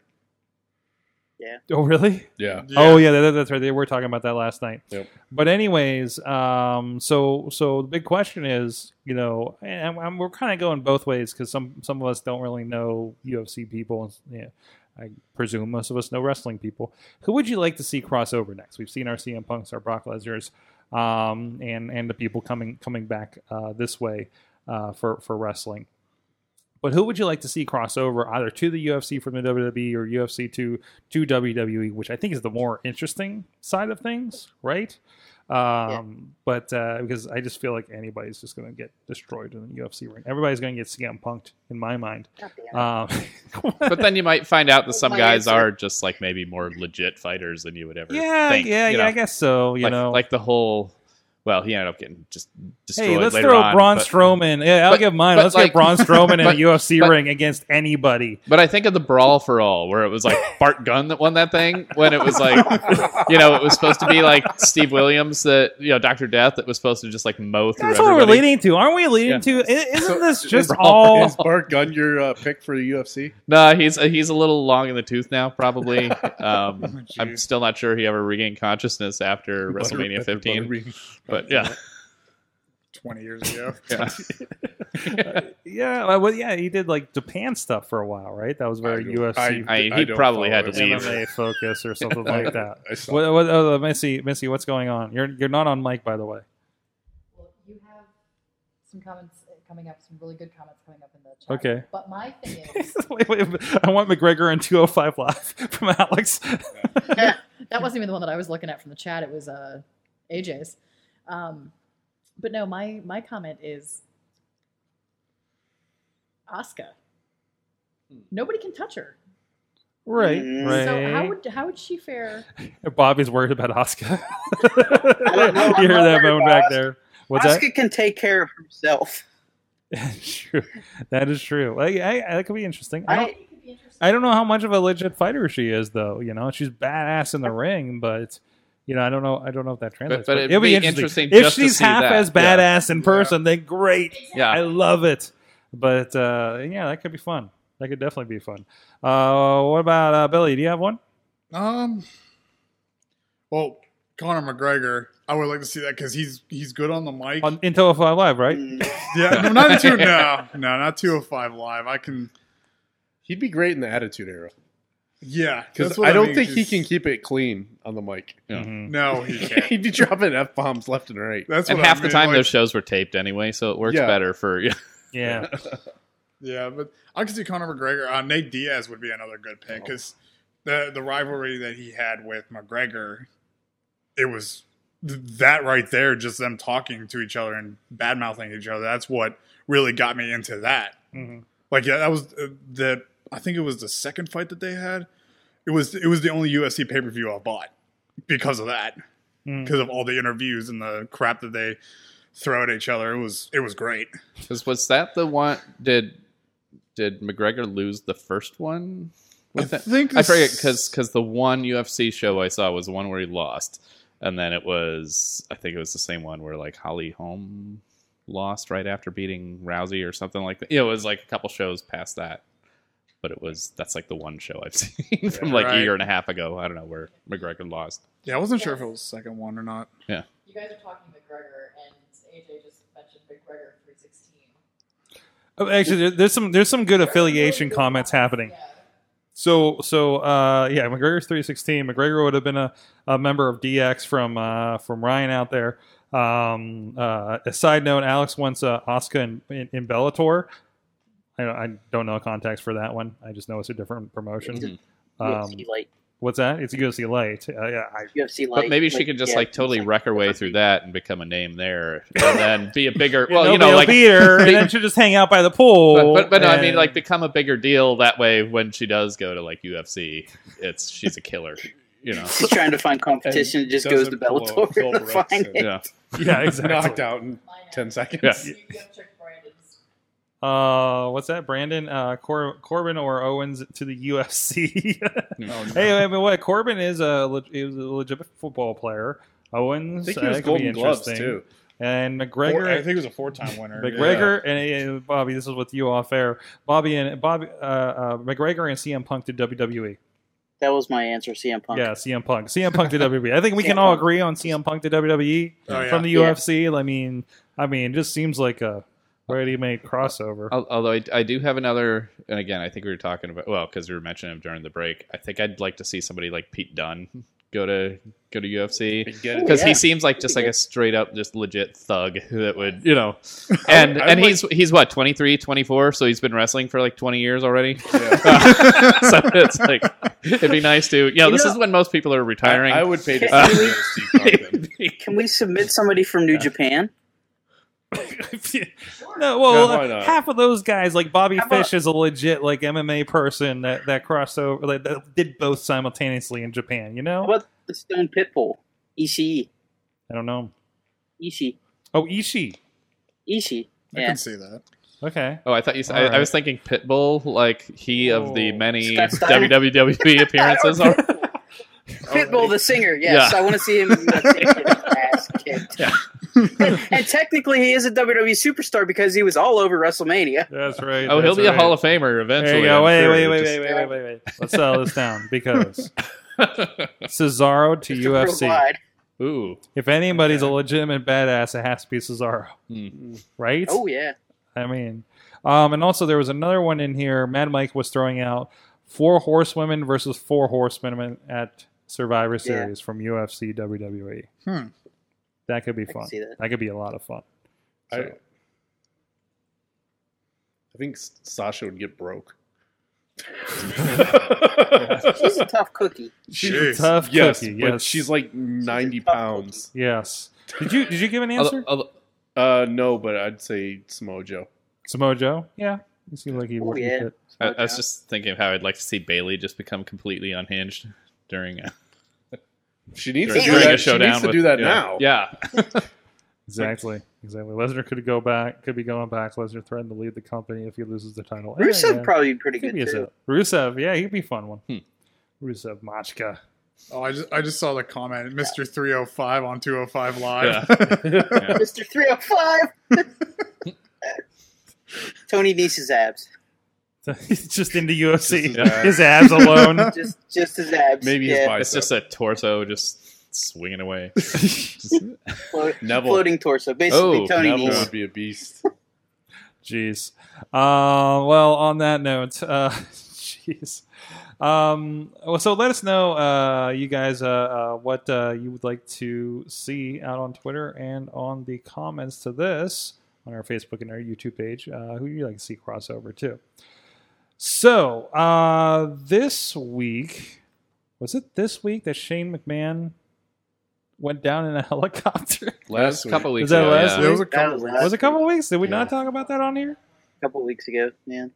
Speaker 3: oh really?
Speaker 9: Yeah.
Speaker 3: Oh yeah, that, that's right. They were talking about that last night.
Speaker 9: Yep.
Speaker 3: But anyways, um, so so the big question is, you know, and, and we're kind of going both ways because some some of us don't really know UFC people. and, Yeah, I presume most of us know wrestling people. Who would you like to see crossover next? We've seen our CM Punks, our Brock Lesnar's, um, and and the people coming coming back uh, this way uh, for for wrestling. But who would you like to see crossover either to the UFC from the WWE or UFC to to WWE, which I think is the more interesting side of things, right? Um, But uh, because I just feel like anybody's just going to get destroyed in the UFC ring. Everybody's going to get CM punked in my mind.
Speaker 4: God damn it.
Speaker 3: Um,
Speaker 6: But then you might find out that some
Speaker 4: My
Speaker 6: guys
Speaker 4: answer.
Speaker 6: are just like maybe more legit fighters than you would ever
Speaker 3: yeah,
Speaker 6: think.
Speaker 3: yeah,
Speaker 6: you
Speaker 3: yeah. I
Speaker 6: know?
Speaker 3: guess so. You
Speaker 6: like,
Speaker 3: know,
Speaker 6: like the whole Well, he ended up getting just destroyed.
Speaker 3: Hey, let's
Speaker 6: later
Speaker 3: throw
Speaker 6: on,
Speaker 3: Braun
Speaker 6: but-
Speaker 3: Strowman. Yeah, I'll
Speaker 6: but-
Speaker 3: give mine.
Speaker 6: but
Speaker 3: Let's get
Speaker 6: like-
Speaker 3: Braun Strowman in
Speaker 6: but-
Speaker 3: a UFC
Speaker 6: but-
Speaker 3: ring against anybody.
Speaker 6: But I think of the brawl for all, where it was like Bart Gunn that won that thing when it was like, you know, it was supposed to be like Steve Williams that you know Doctor Death that was supposed to just like mow through.
Speaker 3: That's what we're
Speaker 6: everybody.
Speaker 3: leading to, aren't we? Leading
Speaker 6: Yeah.
Speaker 3: to i- isn't this just
Speaker 6: Braun
Speaker 3: all?
Speaker 9: Is Bart Gunn your uh, pick for the UFC?
Speaker 6: No, he's he's a little long in the tooth now. Probably, um, I'm still not sure he ever regained consciousness after
Speaker 9: Butter-
Speaker 6: WrestleMania
Speaker 9: after
Speaker 6: 15.
Speaker 9: Butterbean.
Speaker 6: But yeah,
Speaker 7: Twenty years ago.
Speaker 6: Yeah.
Speaker 3: Yeah, well, yeah, he did like Japan stuff for a while, right? That was very
Speaker 9: I don't-
Speaker 3: UFC.
Speaker 9: I-
Speaker 6: I, he
Speaker 9: don't
Speaker 6: probably had to
Speaker 9: follow it.
Speaker 6: leave.
Speaker 3: MMA focus or something like that.
Speaker 9: I saw
Speaker 3: What, what, uh, Missy, Missy, what's going on? You're you're not on mic, by the way.
Speaker 5: Well, you have some comments uh, coming up, some really good comments coming up in the chat.
Speaker 3: Okay.
Speaker 5: But my thing is,
Speaker 3: Wait, wait, I want McGregor and 205 live from Alex.
Speaker 5: that wasn't even the one that I was looking at from the chat. It was uh, AJ's. Um, but no, my my comment is Asuka. Nobody can touch her.
Speaker 3: right,
Speaker 4: Mm.
Speaker 3: right.
Speaker 5: So how would how would she fare?
Speaker 3: Bobby's worried about Oscar.
Speaker 4: don't know. I'm
Speaker 3: you hear
Speaker 4: not
Speaker 3: that
Speaker 4: worried
Speaker 3: moan
Speaker 4: about
Speaker 3: back
Speaker 4: Asuka.
Speaker 3: there? What's
Speaker 4: Asuka can take care of herself.
Speaker 3: that? true. That is true. I, I, that could be interesting. I don't,
Speaker 4: I,
Speaker 3: I don't know how much of a legit fighter she is, though. You know, she's badass in the ring, but you know, I don't know. I don't know if that translates.
Speaker 6: but it'd
Speaker 3: it'll
Speaker 6: be interesting
Speaker 3: if
Speaker 6: just to
Speaker 3: she's
Speaker 6: see
Speaker 3: half
Speaker 6: that.
Speaker 3: as
Speaker 6: Yeah.
Speaker 3: badass in person. Then great, I
Speaker 6: Yeah,
Speaker 3: love it. But uh, yeah, that could be fun. That could definitely be fun. Uh, what about uh, Billy? Do you have one?
Speaker 7: Um. Well, Conor McGregor, I would like to see that because he's he's good on the mic.
Speaker 3: On Intel Five Live, right?
Speaker 4: Mm.
Speaker 7: yeah, no, not two. No, no, not two of five live. I can.
Speaker 9: He'd be great in the Attitude Era
Speaker 7: Yeah,
Speaker 9: because
Speaker 7: that's what
Speaker 9: I don't
Speaker 7: mean,
Speaker 9: think he
Speaker 7: 'cause-
Speaker 9: can keep it clean on the mic.
Speaker 3: Mhm.
Speaker 7: No, he can't.
Speaker 9: He'd be dropping f bombs left and right.
Speaker 7: That's
Speaker 6: and
Speaker 7: what I
Speaker 6: half the
Speaker 7: mean,
Speaker 6: time
Speaker 7: like-
Speaker 6: those shows were taped anyway, so it works
Speaker 9: Yeah.
Speaker 6: better for yeah.
Speaker 3: Yeah.
Speaker 7: Yeah, but I could see Conor McGregor. Uh, Nate Diaz would be another good pick because the the rivalry that he had with McGregor, it was th- that right there, just them talking to each other and bad mouthing each other. That's what really got me into that.
Speaker 3: Mhm.
Speaker 7: Like, yeah, that was uh, the I think it was the second fight that they had. It was it was the only UFC pay per view I bought because of that,
Speaker 3: Mm.
Speaker 7: because of all the interviews and the crap that they throw at each other. It was it was great.
Speaker 6: 'Cause was that the one? Did did McGregor lose the first one? with
Speaker 7: I
Speaker 6: it?
Speaker 7: think
Speaker 6: I forget
Speaker 7: this-
Speaker 6: because the one UFC show I saw was the one where he lost, and then it was I think it was the same one where like Holly Holm lost right after beating Rousey or something like that. You know, it was like a couple shows past that, but it was that's like the one show I've seen from like
Speaker 7: Right.
Speaker 6: a year and a half ago. I don't know where McGregor lost.
Speaker 7: Yeah, I wasn't sure if it was the second one or not.
Speaker 5: You guys are talking McGregor, and AJ just mentioned McGregor 316.
Speaker 3: Oh, Actually, there- there's some there's some good affiliation comments happening.
Speaker 5: Yeah.
Speaker 3: So so uh, yeah, McGregor's three sixteen. McGregor would have been a, a member of DX from uh, from Ryan out there. Um, uh, a side note: Alex wants uh, Oscar in, in, in Bellator. I don't, I don't know context for that one. I just know it's a different promotion. Um,
Speaker 4: UFC light.
Speaker 3: what's that? It's UFC Light. Uh, yeah, I,
Speaker 4: UFC light.
Speaker 6: But maybe she could just
Speaker 4: yeah,
Speaker 6: like totally
Speaker 4: it's
Speaker 6: wreck her way through that and become a name there, and then be a bigger. Well,
Speaker 3: Nobody
Speaker 6: you know,
Speaker 3: will
Speaker 6: like
Speaker 3: beat her, and then she'll just hang out by the pool.
Speaker 6: But but, but no, I mean
Speaker 3: and-
Speaker 6: like become a bigger deal that way when she does go to like UFC, it's she's a killer, you know.
Speaker 4: She's trying to find competition.
Speaker 9: And
Speaker 4: It just goes to
Speaker 9: doesn't blow
Speaker 4: Bellator
Speaker 9: Phil
Speaker 4: to
Speaker 9: Brooks and-
Speaker 4: find it.
Speaker 6: Yeah.
Speaker 3: yeah, exactly.
Speaker 9: knocked out in
Speaker 5: Mine
Speaker 9: ten seconds.
Speaker 6: Yeah.
Speaker 5: You you have Chuck Brandon's.
Speaker 3: Uh, what's that, Brandon? Uh, Cor- Corbin or Owens to the UFC?
Speaker 9: Oh,
Speaker 3: Hey, I mean, what Corbin is a leg- he was a legitimate football player. Owens,
Speaker 9: I think
Speaker 3: uh,
Speaker 9: he was
Speaker 3: that could be
Speaker 9: Golden Gloves
Speaker 3: interesting.
Speaker 9: too.
Speaker 3: and
Speaker 7: Four- I
Speaker 3: McGregor.
Speaker 7: think it was a four-time winner.
Speaker 3: McGregor and uh, Bobby. This is with you off air. Bobby and Bobby. Uh, uh, McGregor and CM Punk to WWE.
Speaker 4: That was my answer, CM Punk.
Speaker 3: Yeah, CM Punk. CM Punk to WWE. I think we
Speaker 4: CM
Speaker 3: can all
Speaker 4: Punk.
Speaker 3: agree on CM Punk to WWE
Speaker 7: Oh, yeah.
Speaker 3: from the
Speaker 4: Yeah.
Speaker 3: UFC. I mean, I mean, it just seems like a ready-made crossover.
Speaker 6: Al- Although I, I do have another, and again, I think we were talking about well because we were mentioning him during the break. I think I'd like to see somebody like Pete Dunne go to go to UFC
Speaker 9: And get it.
Speaker 6: because
Speaker 4: Oh, Yeah.
Speaker 6: he seems like just like a straight up just legit thug that would you know, and
Speaker 9: I'd
Speaker 6: and
Speaker 9: like-
Speaker 6: he's he's what 23, 24, so he's been wrestling for like twenty years already.
Speaker 9: Yeah.
Speaker 6: so it's like it'd be nice to you know, this
Speaker 4: know-
Speaker 6: is when most people are retiring.
Speaker 9: I, I would pay to see
Speaker 4: Uh,
Speaker 9: Steve Compton.
Speaker 4: Can we submit somebody from New Japan?
Speaker 3: no,
Speaker 9: Yeah,
Speaker 3: well,
Speaker 9: why not?
Speaker 3: half of those guys, like Bobby
Speaker 4: How about-
Speaker 3: Fish, is a legit like MMA person that that crossed over, like, that did both simultaneously in Japan. You know,
Speaker 4: How about the Stone Pitbull? ECE.
Speaker 3: I don't know.
Speaker 4: Ishii.
Speaker 3: Oh, Ishii.
Speaker 4: Ishii.
Speaker 7: I
Speaker 4: Yeah.
Speaker 7: can see that.
Speaker 3: Okay.
Speaker 6: Oh, I thought you. Said,
Speaker 3: All
Speaker 6: I, I
Speaker 3: right.
Speaker 6: was thinking Pitbull, like he of the
Speaker 3: Oh.
Speaker 6: many
Speaker 4: Scott Steiner.
Speaker 6: WWE appearances. are.
Speaker 9: Oh,
Speaker 4: Pitbull the singer, yes.
Speaker 6: Yeah.
Speaker 4: I want to see him uh, get his ass kicked. and, and technically, he is a WWE superstar because he was all over WrestleMania.
Speaker 3: That's right.
Speaker 6: Oh, he'll
Speaker 3: that's
Speaker 6: be a
Speaker 3: right.
Speaker 6: Hall of Famer eventually.
Speaker 3: There you go.
Speaker 6: I'm
Speaker 3: Wait,
Speaker 6: sure.
Speaker 3: wait, wait,
Speaker 6: Just-
Speaker 3: wait, wait, wait, wait, wait. Let's settle this down because Cesaro to
Speaker 4: It's
Speaker 3: UFC.
Speaker 4: worldwide.
Speaker 6: Ooh,
Speaker 3: If anybody's a legitimate badass, it has to be Cesaro,
Speaker 6: Hmm.
Speaker 3: right?
Speaker 4: Oh, yeah.
Speaker 3: I mean, um, and also there was another one in here. Mad Mike was throwing out four horsewomen versus four horsemen at Survivor Series from UFC WWE.
Speaker 7: Hmm.
Speaker 3: E. That could be
Speaker 4: can
Speaker 3: fun.
Speaker 4: see that.
Speaker 3: could be a lot of fun.
Speaker 9: I,
Speaker 3: So-
Speaker 9: I think S- Sasha would get broke.
Speaker 4: She's a tough cookie.
Speaker 9: She's
Speaker 7: Jeez.
Speaker 3: Tough
Speaker 9: yes,
Speaker 3: cookie.
Speaker 9: but
Speaker 3: yes,
Speaker 9: she's like ninety
Speaker 4: tough
Speaker 9: pounds.
Speaker 3: yes. Did you did you give an answer?
Speaker 6: although, although,
Speaker 9: Uh, no, but I'd say Samoa Joe.
Speaker 3: Samoa Joe? Yeah, he seemed like he
Speaker 4: Oh,
Speaker 3: would
Speaker 4: yeah.
Speaker 3: fit.
Speaker 6: I, I was just thinking of how I'd like to see Bailey just become completely unhinged during a,
Speaker 9: She needs to
Speaker 6: during,
Speaker 9: do
Speaker 6: during a
Speaker 9: that. She
Speaker 6: showdown.
Speaker 9: needs to
Speaker 6: with-
Speaker 9: do that
Speaker 6: yeah.
Speaker 9: now.
Speaker 6: Yeah,
Speaker 3: Exactly. Exactly. Lesnar could go back. Could be going back. Lesnar threatened to leave the company if he loses the title. Eh,
Speaker 4: Rusev
Speaker 3: yeah.
Speaker 4: probably be pretty
Speaker 3: Could
Speaker 4: good,
Speaker 3: be a
Speaker 4: too.
Speaker 3: Zeb. Rusev. Yeah, he'd be a fun one.
Speaker 6: Hmm.
Speaker 3: Rusev Machka.
Speaker 7: Oh, I just I just saw the comment, Mister Three Hundred Five on Two Hundred Five Live.
Speaker 6: Yeah.
Speaker 4: Mr. 305! Tony Niece's abs.
Speaker 3: He's just into UFC.
Speaker 9: Just his abs.
Speaker 3: His abs alone.
Speaker 4: Just just his abs.
Speaker 9: Maybe his
Speaker 4: yeah.
Speaker 9: bicep.
Speaker 6: it's just a torso just swinging away.
Speaker 4: Float-
Speaker 9: Neville.
Speaker 4: Floating torso. Basically,
Speaker 6: Oh,
Speaker 4: Tony
Speaker 9: Neville
Speaker 4: Nese.
Speaker 9: would be a beast.
Speaker 3: Jeez. Uh, well, on that note, uh, jeez. Um, well, so let us know, uh, you guys, uh, uh, what uh, you would like to see out on Twitter and on the comments to this on our Facebook and our YouTube page. Uh, who you like to see crossover too? So uh, this week was it this week that Shane McMahon went down in a helicopter?
Speaker 9: Last
Speaker 6: a
Speaker 9: week.
Speaker 6: couple weeks
Speaker 3: Is that
Speaker 6: ago,
Speaker 3: last
Speaker 6: yeah.
Speaker 7: There was a
Speaker 4: That
Speaker 7: couple.
Speaker 4: was
Speaker 3: Was
Speaker 4: last
Speaker 3: it a couple weeks? Did we not
Speaker 9: Yeah.
Speaker 3: talk about that on here?
Speaker 4: couple weeks ago. Yeah.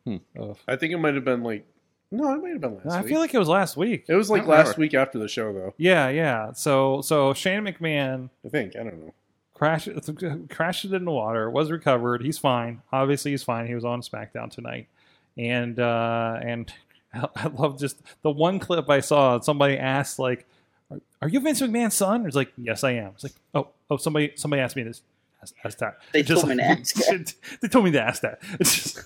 Speaker 9: I think it might have been like no, it might have been last
Speaker 3: I
Speaker 9: week.
Speaker 3: feel like it was last week.
Speaker 9: it was
Speaker 6: I
Speaker 9: like
Speaker 6: don't
Speaker 9: last
Speaker 6: remember.
Speaker 9: week after the show though.
Speaker 3: Yeah, yeah. So so Shane McMahon
Speaker 9: I think I don't know.
Speaker 3: crashed crashed it in the water, was recovered, he's fine. Obviously he's fine. He was on SmackDown tonight. And uh and I love just the one clip I saw somebody asked like are, are you Vince McMahon's son? It's like, yes, I am. It's like, oh, oh, somebody, somebody asked me this. Ask, ask that.
Speaker 4: They
Speaker 3: Just
Speaker 4: told me
Speaker 3: like-
Speaker 4: to ask that.
Speaker 3: they told me to ask that. It's just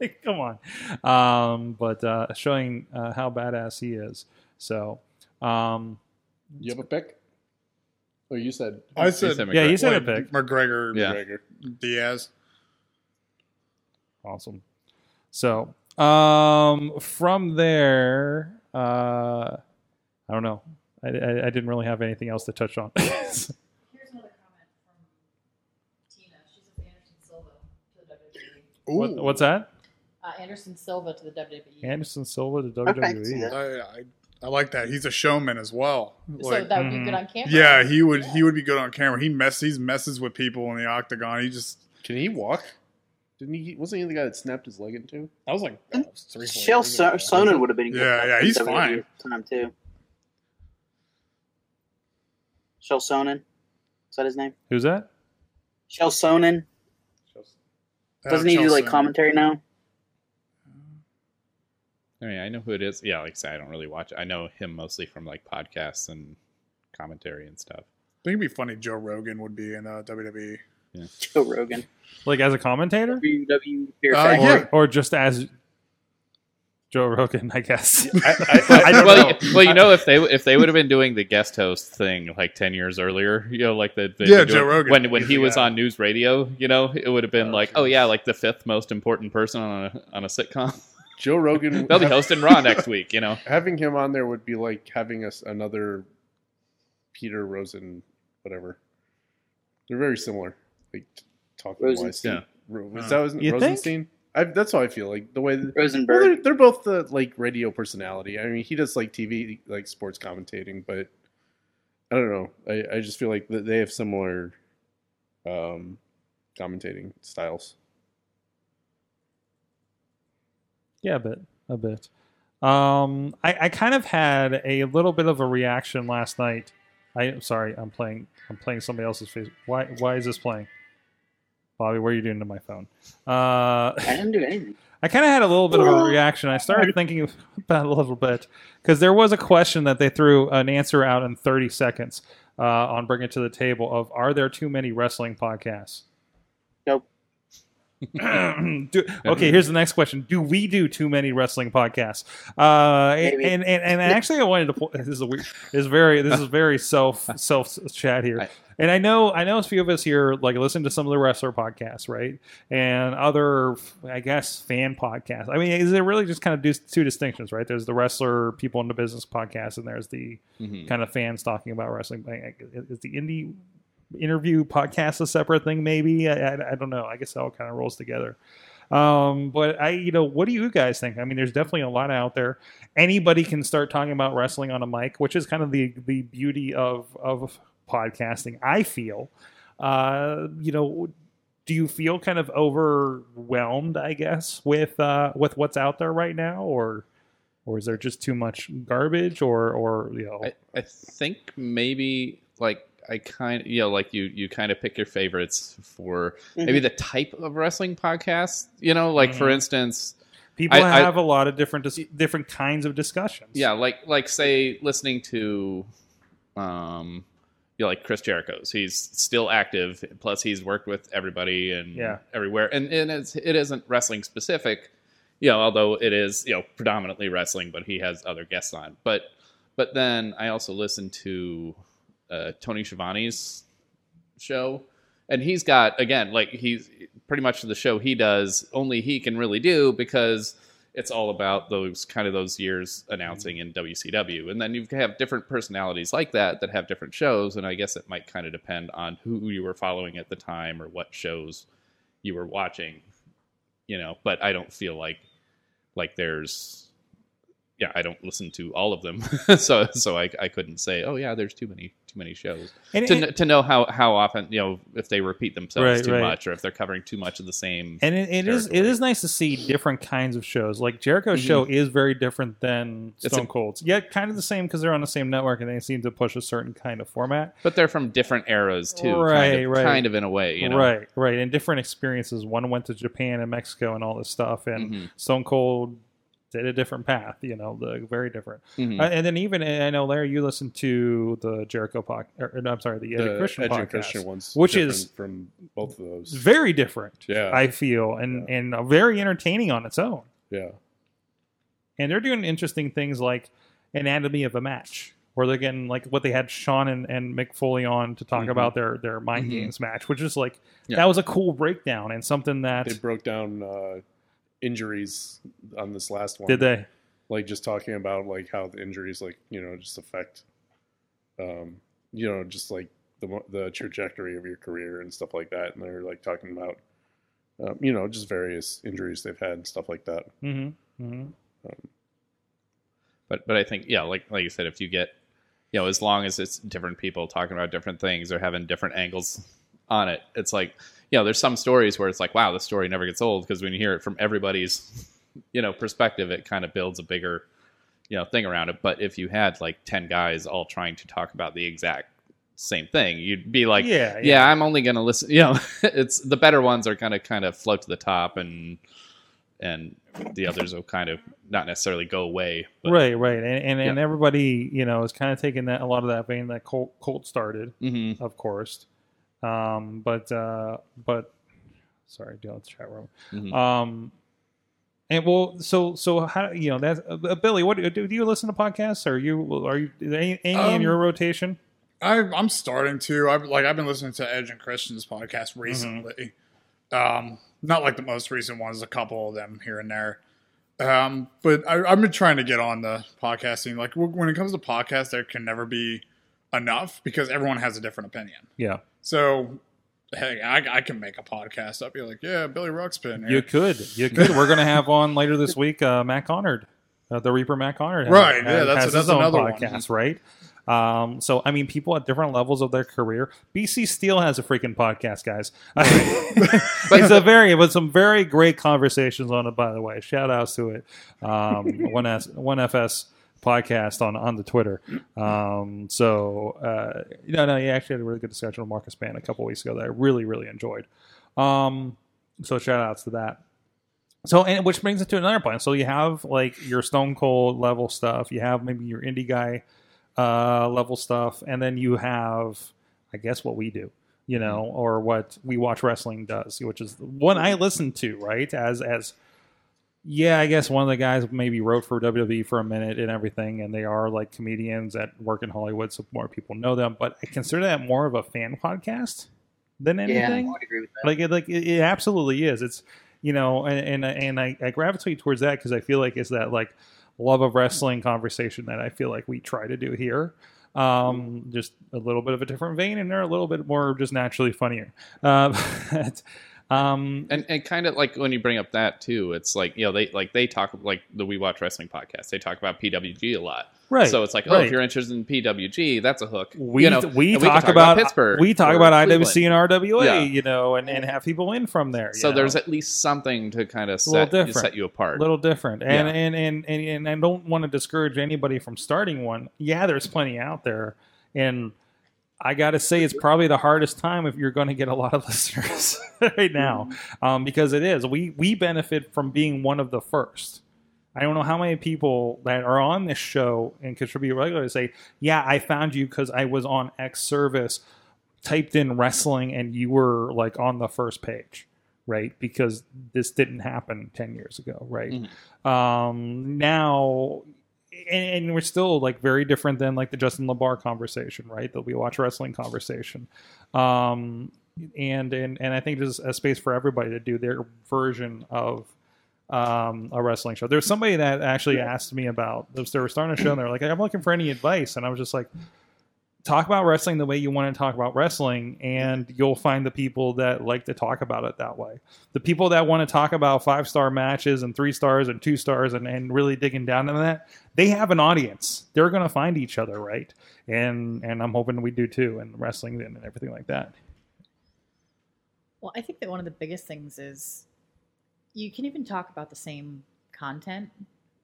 Speaker 3: like, come on. Um, but uh, showing uh, how badass he is. So, um,
Speaker 9: You have a pick? Oh, you said
Speaker 7: I said,
Speaker 6: Ethan
Speaker 3: Yeah,
Speaker 6: McGregor.
Speaker 3: he's- said a
Speaker 7: like,
Speaker 3: pick.
Speaker 7: McGregor,
Speaker 6: Yeah.
Speaker 9: Gregor.
Speaker 7: Diaz.
Speaker 3: Awesome. So, um, from there, uh, I don't know. I, I, I didn't really have anything else to touch on.
Speaker 5: Here's another comment from Tina. She's a fan of Silva to the WWE.
Speaker 7: Ooh,
Speaker 3: what, what's that?
Speaker 5: Uh, Anderson Silva to the E. WWE.
Speaker 3: Anderson Silva to E.
Speaker 4: Okay, I can see
Speaker 3: WWE.
Speaker 4: that.
Speaker 7: I, I Oh, I like that. He's a showman as well.
Speaker 5: so
Speaker 7: Like,
Speaker 5: that would
Speaker 3: mhm.
Speaker 5: be good on camera.
Speaker 7: Mm-hmm. yeah, he would he
Speaker 5: Yeah.
Speaker 7: would be good on camera. He mess he messes with people in the octagon. He just
Speaker 9: Can he walk? Didn't he? Wasn't he the guy that snapped his leg in two? That was like that was three. four
Speaker 4: Shell
Speaker 9: years ago.
Speaker 4: Son- Sonnen would have been good.
Speaker 7: Yeah,
Speaker 4: for
Speaker 7: yeah, he's
Speaker 4: WWE
Speaker 7: fine.
Speaker 4: Time too. Shell Sonnen. Is that his name?
Speaker 3: Who's that?
Speaker 4: Shell Sonnen.
Speaker 7: Uh,
Speaker 4: Doesn't he do like commentary now?
Speaker 6: I mean, I know who it is. Yeah, like I said, I don't really watch. it. I know him mostly from like podcasts and commentary and stuff.
Speaker 7: I think it'd be funny. Joe Rogan would be in uh, WWE.
Speaker 4: Joe Rogan.
Speaker 3: Like as a commentator, E,
Speaker 4: WWE Fear
Speaker 7: Uh,
Speaker 4: Factory.
Speaker 7: yeah.
Speaker 3: or just as Joe Rogan, I guess.
Speaker 9: I, I, I don't
Speaker 6: well,
Speaker 9: know.
Speaker 6: y- well, you know, if they if they would have been doing the guest host thing like ten years earlier, you know, like the,
Speaker 7: Yeah, Joe Rogan.
Speaker 6: when when
Speaker 7: He's
Speaker 6: he
Speaker 7: the
Speaker 6: was
Speaker 7: guy.
Speaker 6: on news radio, you know, it would have been
Speaker 9: Oh,
Speaker 6: like, oh yeah, like the fifth most important person on a on a sitcom.
Speaker 9: Joe Rogan.
Speaker 6: They'll be
Speaker 9: ha-
Speaker 6: hosting Raw next week, you know.
Speaker 9: Having him on there would be like having us another Peter Rosen, whatever. They're very similar. Like talking wise.
Speaker 4: Rosenstein.
Speaker 6: Yeah.
Speaker 9: Ro-
Speaker 7: Huh.
Speaker 9: Is that was
Speaker 3: You think?
Speaker 9: Rosenstein? I, that's how I feel. Like the way. That, well,
Speaker 4: Rosenberg.
Speaker 9: they're, they're both the like radio personality. I mean, he does like TV, like sports commentating, but I don't know. I, I just feel like that they have similar um, commentating styles.
Speaker 3: Yeah, a bit, a bit. Um, I, I kind of had a little bit of a reaction last night. I am sorry. I'm playing. I'm playing somebody else's face. Why? Why is this playing? Bobby, what are you doing to my phone? Uh,
Speaker 4: I didn't do anything.
Speaker 3: I kind of had a little bit of a reaction. I started thinking about it a little bit because there was a question that they threw an answer out in 30 seconds uh, on Bring It to the Table of Are there too many wrestling podcasts?
Speaker 4: Nope.
Speaker 3: do, okay, here's the next question. Do we do too many wrestling podcasts? Uh, and,
Speaker 4: Maybe.
Speaker 3: and, and and actually, I wanted to. po- This is a weird. This is very. This is very self self chat here.
Speaker 6: I-
Speaker 3: and I know I know a few of us here like listen to some of the wrestler podcasts, right? And other, I guess, fan podcasts. I mean, is it really just kind of do, two distinctions, right? There's the wrestler people in the business podcast, and there's the
Speaker 6: Mhm.
Speaker 3: kind of fans talking about wrestling. Like, Is the indie interview podcast a separate thing? Maybe I, I, I don't know. I guess it all kind of rolls together. Um, but I, you know, what do you guys think? I mean, there's definitely a lot out there. Anybody can start talking about wrestling on a mic, which is kind of the the beauty of of podcasting. I feel, uh, you know. Do you feel kind of overwhelmed, I guess, with uh, with what's out there right now, or or is there just too much garbage, or or you know?
Speaker 6: I, I think maybe like I kind you know like you you kind of pick your favorites for maybe the type of wrestling podcast you know like for
Speaker 3: Mhm.
Speaker 6: instance
Speaker 3: People
Speaker 6: I- I-
Speaker 3: have a lot of different dis- different kinds of discussions.
Speaker 6: yeah like like say listening to um you know, like Chris Jericho's he's still active plus he's worked with everybody and
Speaker 3: Yeah.
Speaker 6: everywhere and and it's, it isn't wrestling specific you know although it is you know predominantly wrestling but he has other guests on but but then I also listen to uh, Tony Schiavone's show, and he's got again like he's pretty much the show he does only he can really do because it's all about those kind of those years
Speaker 3: Mm-hmm.
Speaker 6: announcing in WCW, and then you have different personalities like that that have different shows, and I guess it might kind of depend on who you were following at the time or what shows you were watching, you know. But I don't feel like like there's yeah, I don't listen to all of them, so so I, I couldn't say oh yeah, there's too many too many shows
Speaker 3: and,
Speaker 6: to,
Speaker 3: and,
Speaker 6: kn- to know how, how often you know if they repeat themselves
Speaker 3: Right,
Speaker 6: too
Speaker 3: right.
Speaker 6: much or if they're covering too much of the same.
Speaker 3: and it, it is it
Speaker 6: territory.
Speaker 3: is nice to see different kinds of shows. Like Jericho's
Speaker 6: Mhm.
Speaker 3: show is very different than
Speaker 6: It's
Speaker 3: Stone
Speaker 6: a-
Speaker 3: Cold's, yet kind of the same because they're on the same network and they seem to push a certain kind of format.
Speaker 6: But they're from different eras too,
Speaker 3: Right,
Speaker 6: kind of,
Speaker 3: right.
Speaker 6: kind of in a way, you know.
Speaker 3: Right, right, and different experiences. One went to Japan and Mexico and all this stuff, and
Speaker 6: Mhm,
Speaker 3: Stone Cold did a different path. You know, the very different.
Speaker 6: mhm.
Speaker 3: Uh, and then even I know Larry, you listened to the Jericho podcast. Or, no, I'm sorry, the Edge
Speaker 9: the
Speaker 3: and Christian
Speaker 9: Edge
Speaker 3: podcast.
Speaker 9: and Christian ones,
Speaker 3: which
Speaker 9: different
Speaker 3: is
Speaker 9: from both of those.
Speaker 3: very different.
Speaker 9: yeah,
Speaker 3: I feel, and
Speaker 9: Yeah.
Speaker 3: and uh, very entertaining on its own.
Speaker 9: yeah,
Speaker 3: And they're doing interesting things like anatomy of a match, where they're getting like what they had Sean and, and Mick Foley on to talk
Speaker 6: Mhm.
Speaker 3: about their their mind
Speaker 6: Mhm.
Speaker 3: games match, which is like
Speaker 6: Yeah.
Speaker 3: that was a cool breakdown and something that
Speaker 9: they broke down uh, injuries on this last one.
Speaker 3: did they
Speaker 9: like just talking about like how the injuries like you know just affect um you know just like the mo- the trajectory of your career and stuff like that and they're like talking about um, you know just various injuries they've had and stuff like that
Speaker 3: hmm hmm
Speaker 6: But but I think yeah, like like you said, if you get you know, as long as it's different people talking about different things or having different angles on it, it's like you know, there's some stories where it's like, wow, this story never gets old because when you hear it from everybody's you know perspective, it kind of builds a bigger you know thing around it. But if you had like ten guys all trying to talk about the exact same thing, you'd be like,
Speaker 3: yeah,
Speaker 6: yeah, I'm only gonna listen. You know, it's the better ones are gonna kind of float to the top, and and the others will kind of not necessarily go away. But,
Speaker 3: right, right, and and, and everybody you know is kind of taking that a lot of that vein that Colt, Colt started,
Speaker 6: hmm
Speaker 3: of course, um, but uh, but sorry, deal with the chat room.
Speaker 6: Mhm.
Speaker 3: Um, and well, so so how you know that's uh, Billy? What do, do you listen to podcasts? Are you are you is there any, any in
Speaker 7: Um,
Speaker 3: your rotation?
Speaker 7: I, I'm starting to. I've like I've been listening to Edge and Christian's podcast
Speaker 3: Mm-hmm.
Speaker 7: recently. Um, not like the most recent ones, a couple of them here and there. Um, but I, I've been trying to get on the podcasting. Like w- when it comes to podcasts, there can never be enough because everyone has a different opinion.
Speaker 3: Yeah,
Speaker 7: So hey, I, I can make a podcast up. You're like, yeah, Billy Ruxpin. here.
Speaker 3: you could, you could. We're gonna have on later this week, uh, Mac Conard, uh, the Reaper Mac Conard. has-
Speaker 7: Right, yeah,
Speaker 3: has-
Speaker 7: that's-
Speaker 3: has
Speaker 7: that's
Speaker 3: his own
Speaker 7: another one.
Speaker 3: podcast, right? Um, so I mean, people at different levels of their career. BC Steele has a freaking podcast, guys. it's a very, but some very great conversations on it. By the way, shout outs to it. Um, one S, one FS podcast on on the Twitter. Um, so uh, no, no, you actually had a really good discussion with Marcus Mann a couple weeks ago that I really really enjoyed. Um, so shout outs to that. So and which brings it to another point. So you have like your Stone Cold level stuff. You have maybe your indie guy uh, level stuff, and then you have I guess what we do, you know, or what we watch wrestling does, which is the one I listen to, right? As as yeah, I guess one of the guys maybe wrote for WWE for a minute and everything, and they are like comedians that work in Hollywood, so more people know them. But I consider that more of a fan podcast than
Speaker 4: Yeah, I
Speaker 3: anything.
Speaker 4: would agree with that.
Speaker 3: like it, like it, it absolutely is. It's you know, and and, and I, I gravitate towards that because I feel like it's that like love of wrestling conversation that I feel like we try to do here. Um, just a little bit of a different vein, and they're a little bit more just naturally funnier. Uh, but, um,
Speaker 6: and and kind of like when you bring up that too, it's like you know they like they talk like the We Watch Wrestling podcast. They talk about PWG a lot,
Speaker 3: right.
Speaker 6: So it's like, oh,
Speaker 3: right.
Speaker 6: if you're interested in PWG, that's a hook.
Speaker 3: we
Speaker 6: you know,
Speaker 3: we
Speaker 6: and
Speaker 3: talk,
Speaker 6: can
Speaker 3: about,
Speaker 6: Pittsburgh.
Speaker 3: we talk
Speaker 6: or
Speaker 3: about
Speaker 6: Cleveland.
Speaker 3: IWC and RWA,
Speaker 6: Yeah.
Speaker 3: you know, and, and have people in from there.
Speaker 6: So
Speaker 3: you know?
Speaker 6: there's at least something to kind of
Speaker 3: a little
Speaker 6: set, you-
Speaker 3: different.
Speaker 6: set you apart.
Speaker 3: a little different, and,
Speaker 6: Yeah.
Speaker 3: and, and and and I don't want to discourage anybody from starting one. Yeah, there's plenty out there, and I got to say, it's probably the hardest time if you're going to get a lot of listeners right now, um, because it is. We we benefit from being one of the first. I don't know how many people that are on this show and contribute regularly say, "Yeah, I found you because I was on X service, typed in wrestling, and you were like on the first page." Right, because this didn't happen ten years ago, right? Um, now, and, and we're still like very different than like the Justin Labar conversation, right? That we watch wrestling conversation, um, and and and I think there's a space for everybody to do their version of um, a wrestling show. There's somebody that actually asked me about they were starting a show, and they're like, "I'm looking for any advice," and I was just like. Talk about wrestling the way you want to talk about wrestling, and you'll find the people that like to talk about it that way the people that want to talk about five star matches and three stars and two stars and, and really digging down into that, they have an audience. They're going to find each other, right? And and I'm hoping we do too, and wrestling and everything like that.
Speaker 5: Well, I think that one of the biggest things is you can even talk about the same content,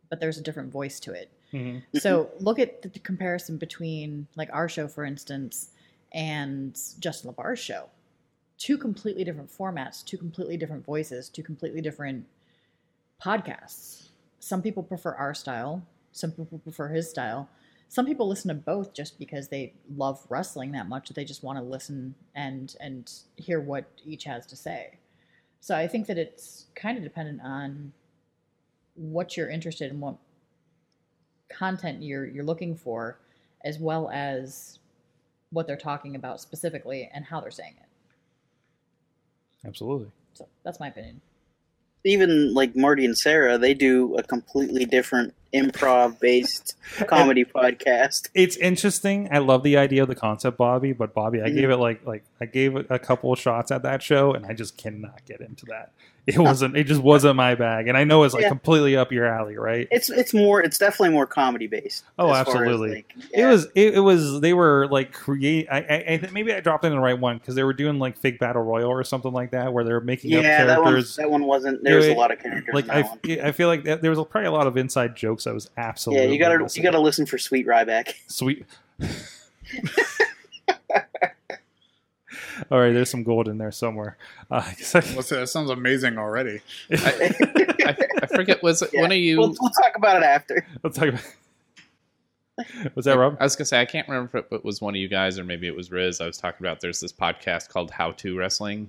Speaker 5: but there's a different voice to it. So look at the comparison between like our show, for instance, and Justin LeBar's show. Two completely different formats, two completely different voices, two completely different podcasts. Some people prefer our style, some people prefer his style. Some people listen to both just because they love wrestling that much that they just want to listen and and hear what each has to say. So I think that it's kind of dependent on what you're interested in, what content you're you're looking for, as well as what they're talking about specifically and how they're saying it.
Speaker 3: Absolutely.
Speaker 5: So that's my opinion.
Speaker 4: Even like Marty and Sarah, they do a completely different improv-based comedy podcast.
Speaker 3: It's interesting. I love the idea of the concept, Bobby, but Bobby, I gave it like like I gave it a couple of shots at that show and I just cannot get into that. It wasn't it just wasn't my bag. And I know it's like
Speaker 4: Yeah.
Speaker 3: completely up your alley, right?
Speaker 4: It's it's more it's definitely more comedy-based.
Speaker 3: Oh,
Speaker 4: as far as,
Speaker 3: absolutely.
Speaker 4: like,
Speaker 3: it
Speaker 4: yeah.
Speaker 3: was it, it was they were like create I, I, I think maybe i dropped in the right one because they were doing like fake battle royal or something like that where they're making up
Speaker 4: yeah. That one
Speaker 3: characters
Speaker 4: that one wasn't. There was
Speaker 3: Yeah,
Speaker 4: a lot of characters
Speaker 3: like
Speaker 4: in that
Speaker 3: I,
Speaker 4: one.
Speaker 3: I feel like that, there was probably a lot of inside jokes i was absolutely
Speaker 4: Yeah, you gotta
Speaker 3: missing.
Speaker 4: you gotta listen for Sweet Ryback.
Speaker 3: sweet all right there's some gold in there somewhere uh, I guess I-
Speaker 7: Let's say that sounds amazing already.
Speaker 6: I, I forget was it
Speaker 4: Yeah.
Speaker 6: one of you.
Speaker 4: We'll, we'll talk about it after.
Speaker 3: i'll talk about was that rob
Speaker 6: I was gonna say I can't remember if it was one of you guys or maybe it was Riz. I was talking about there's this podcast called How to Wrestling.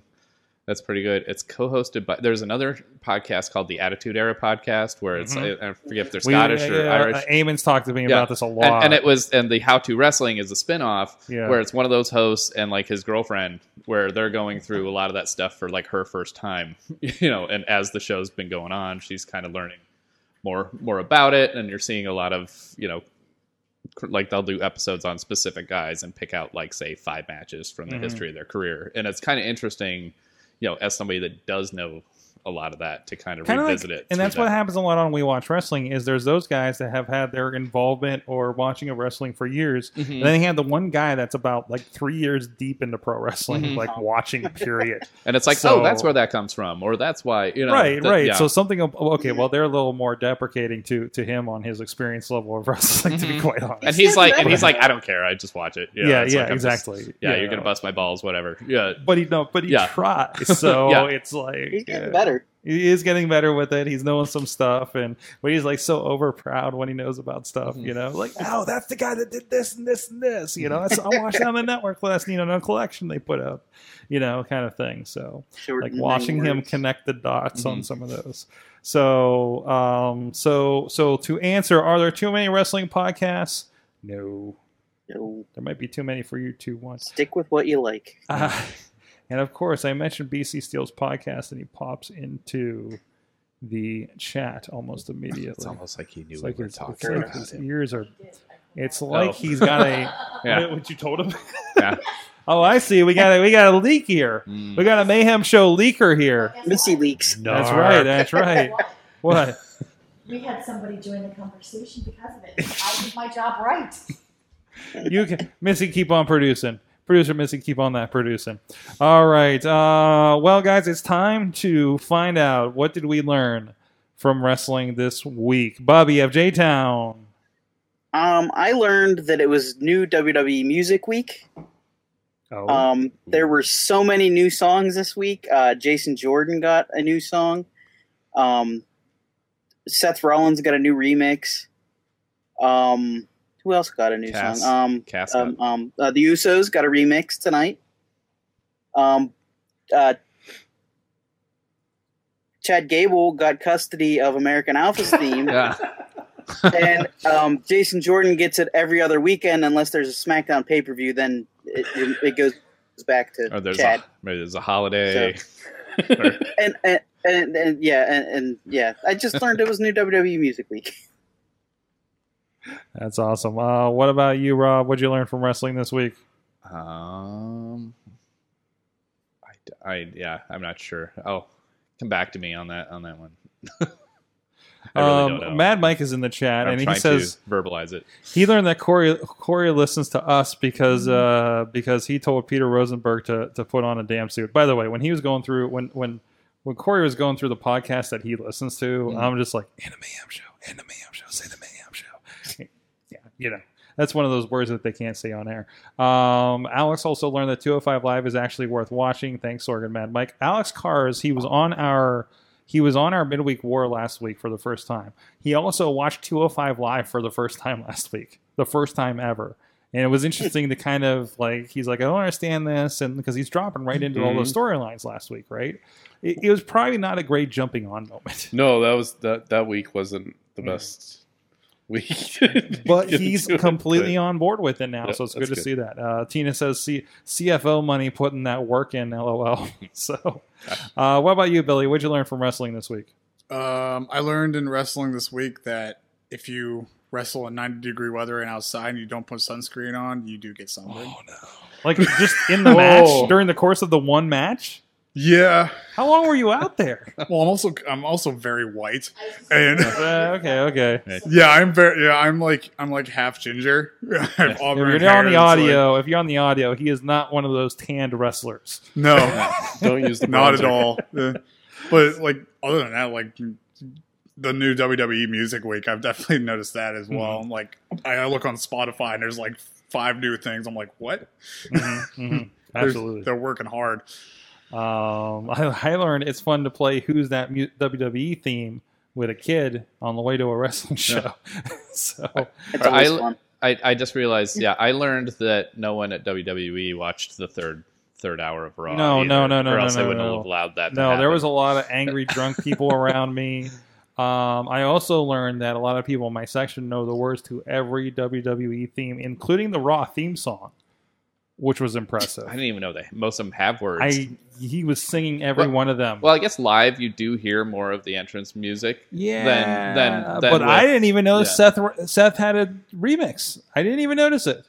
Speaker 6: That's pretty good. It's co-hosted by there's another podcast called the Attitude Era podcast where it's I, I forget if they're Scottish
Speaker 3: Mm-hmm. we,
Speaker 6: or
Speaker 3: yeah,
Speaker 6: Irish.
Speaker 3: uh, Eamon's talked to me
Speaker 6: Yeah.
Speaker 3: about this a lot
Speaker 6: and, and it was and the how to wrestling is a spin-off
Speaker 3: Yeah.
Speaker 6: where it's one of those hosts and like his girlfriend where they're going through a lot of that stuff for like her first time you know and as the show's been going on she's kind of learning more more about it and you're seeing a lot of you know cr- like they'll do episodes on specific guys and pick out like say five matches from the
Speaker 3: Mhm.
Speaker 6: history of their career and it's kind of interesting you know as somebody that does know a lot of that to kind of
Speaker 3: Kinda like-
Speaker 6: revisit it.
Speaker 3: and
Speaker 6: through
Speaker 3: that's
Speaker 6: that.
Speaker 3: what happens a lot on We Watch Wrestling is there's those guys that have had their involvement or watching of wrestling for years,
Speaker 6: Mhm.
Speaker 3: and then they have the one guy that's about like three years deep into pro wrestling,
Speaker 6: Mhm.
Speaker 3: like watching period.
Speaker 6: And it's like,
Speaker 3: So-
Speaker 6: oh, that's where that comes from, or that's why, you know,
Speaker 3: right,
Speaker 6: that-
Speaker 3: right.
Speaker 6: yeah.
Speaker 3: So something ab- okay. Well, they're a little more deprecating to to him on his experience level of wrestling, to be
Speaker 6: Mhm.
Speaker 3: quite honest.
Speaker 6: and he's
Speaker 4: It's
Speaker 6: like,
Speaker 4: better.
Speaker 6: and he's like, I don't care, I just watch it. You know,
Speaker 3: yeah,
Speaker 6: it's
Speaker 3: yeah,
Speaker 6: like, I'm just-
Speaker 3: exactly.
Speaker 6: yeah, you're gonna bust my balls, whatever. Yeah,
Speaker 3: But he no, but he
Speaker 6: Yeah.
Speaker 3: tries. So
Speaker 6: Yeah.
Speaker 3: it's like
Speaker 4: He's getting
Speaker 3: yeah.
Speaker 4: better.
Speaker 3: He is getting better with it. He's knowing some stuff, and but he's like so over proud when he knows about stuff. You know, like
Speaker 4: Mm-hmm.
Speaker 3: oh, that's the guy that did this and this and this. You know, that's, I watched that on the network last. You know, no collection they put up. You know, kind of thing. So
Speaker 4: Short
Speaker 3: like
Speaker 4: and
Speaker 3: watching
Speaker 4: nine
Speaker 3: him
Speaker 4: words. Mm-hmm.
Speaker 3: connect the dots on
Speaker 6: Mhm.
Speaker 3: some of those. So, um, so, so to answer, are there too many wrestling podcasts? No,
Speaker 4: No,
Speaker 3: there might be too many for you to want.
Speaker 4: stick with what you like.
Speaker 3: Uh, and of course, I mentioned BC Steele's podcast, and he pops into the chat almost immediately.
Speaker 6: it's almost like he knew
Speaker 3: It's
Speaker 6: we
Speaker 3: like
Speaker 6: were
Speaker 3: his- it's
Speaker 6: talking
Speaker 3: like
Speaker 6: about
Speaker 3: his
Speaker 6: him.
Speaker 3: ears are. It's
Speaker 5: Oh.
Speaker 3: like he's got a.
Speaker 6: Yeah.
Speaker 3: what, what you told him?
Speaker 6: Yeah.
Speaker 3: oh, I see. We got a we got a leak here.
Speaker 6: Mm.
Speaker 3: We got a mayhem show leaker here.
Speaker 4: Missy leaks.
Speaker 3: That's right. That's right. What?
Speaker 5: We had somebody join the conversation because of it. I did my job right.
Speaker 3: You can, Missy, keep on producing. Producer Missy, keep on that producing. All right. Uh, well, guys, it's time to find out what did we learn from wrestling this week. Bobby of J Town.
Speaker 4: Um, I learned that it was new WWE Music Week.
Speaker 3: Oh,
Speaker 4: Um, there were so many new songs this week. Uh, Jason Jordan got a new song. Um, Seth Rollins got a new remix. Um, who else got a new
Speaker 6: Cass.
Speaker 4: song? Um,
Speaker 6: Cass got-
Speaker 4: um, um, uh, the Usos got a remix tonight. Um, uh, Chad Gable got custody of American Alpha's theme,
Speaker 6: yeah,
Speaker 4: and um, Jason Jordan gets it every other weekend unless there's a SmackDown pay per view. Then it, it goes back to
Speaker 6: or Oh, there's
Speaker 4: Chad.
Speaker 6: a, maybe there's a holiday.
Speaker 4: And, and, and and yeah, and, and yeah, I just learned it was new WWE Music Week.
Speaker 3: that's awesome. Uh, what about you, Rob? What'd you learn from wrestling this week?
Speaker 6: Um, I, d- I- yeah, I'm not sure. Oh, come back to me on that on that one. I really
Speaker 3: um,
Speaker 6: don't know.
Speaker 3: Mad Mike is in the chat,
Speaker 6: I'm
Speaker 3: and he
Speaker 6: trying
Speaker 3: says
Speaker 6: to verbalize it.
Speaker 3: he learned that Corey Corey listens to us because uh, because he told Peter Rosenberg to to put on a damn suit. By the way, when he was going through when when when Corey was going through the podcast that he listens to,
Speaker 6: Mhm.
Speaker 3: I'm just like in a mayhem show, in a mayhem show, say the mayhem show. yeah, you know. That's one of those words that they can't say on air. Um, Alex also learned that 205 Live is actually worth watching. Thanks, Sorg and Mad Mike. Alex Cars, he was on our he was on our midweek war last week for the first time. He also watched 205 Live for the first time last week, the first time ever. And it was interesting to kind of like, he's like, I don't understand this. And because he's dropping right into all those storylines last week, right? It, it was probably not a great jumping on moment.
Speaker 9: No, that was that that week wasn't the best week.
Speaker 3: But he's completely on board with it now,
Speaker 9: Yeah,
Speaker 3: so it's good
Speaker 9: that's
Speaker 3: to
Speaker 9: good.
Speaker 3: see that. Uh, Tina says C- CFO money putting that work in, lol. so, uh, what about you, Billy? What'd you learn from wrestling this week?
Speaker 7: Um, I learned in wrestling this week that if you wrestle in 90 degree weather and outside and you don't put sunscreen on, you do get sunburned.
Speaker 3: Oh, Like just in the match during the course of the one match.
Speaker 7: Yeah.
Speaker 3: How long were you out there?
Speaker 7: Well, I'm also I'm also very white, and
Speaker 3: Uh, okay, okay.
Speaker 7: yeah, I'm very yeah, I'm like I'm like half ginger. I have
Speaker 3: If
Speaker 7: auburn
Speaker 3: you're
Speaker 7: hair,
Speaker 3: on the
Speaker 7: it's like-
Speaker 3: audio, if you're on the audio, he is not one of those tanned wrestlers.
Speaker 7: no,
Speaker 9: Don't use the
Speaker 7: not
Speaker 9: bronzer.
Speaker 7: at all. Uh, but like other than that, like the new WWE Music Week, I've definitely noticed that as
Speaker 3: Mm-hmm.
Speaker 7: well. I'm Like I I look on Spotify and there's like five new things. I'm like, what? There's-
Speaker 3: Absolutely.
Speaker 7: they're working hard.
Speaker 3: Um, I, I learned it's fun to play "Who's That" mu- WWE theme with a kid on the way to a wrestling show. so
Speaker 4: It's
Speaker 6: Or
Speaker 4: always
Speaker 6: I-
Speaker 4: fun.
Speaker 6: I, I just realized, yeah, I learned that no one at WWE watched the third third hour of Raw.
Speaker 3: No,
Speaker 6: either,
Speaker 3: no, no, no,
Speaker 6: or else
Speaker 3: no,
Speaker 6: they
Speaker 3: no,
Speaker 6: wouldn't
Speaker 3: no.
Speaker 6: have allowed that. To
Speaker 3: no, there
Speaker 6: happen.
Speaker 3: was a lot of angry drunk people around me. Um, I also learned that a lot of people in my section know the words to every WWE theme, including the Raw theme song, which was impressive.
Speaker 6: I didn't even know they most of them have words.
Speaker 3: I he was singing every
Speaker 6: Well-
Speaker 3: one of them.
Speaker 6: well, I guess live you do hear more of the entrance music.
Speaker 3: yeah,
Speaker 6: then- then- then
Speaker 3: but I
Speaker 6: with-
Speaker 3: didn't even know
Speaker 6: yeah.
Speaker 3: Seth Seth had a remix. I didn't even notice it.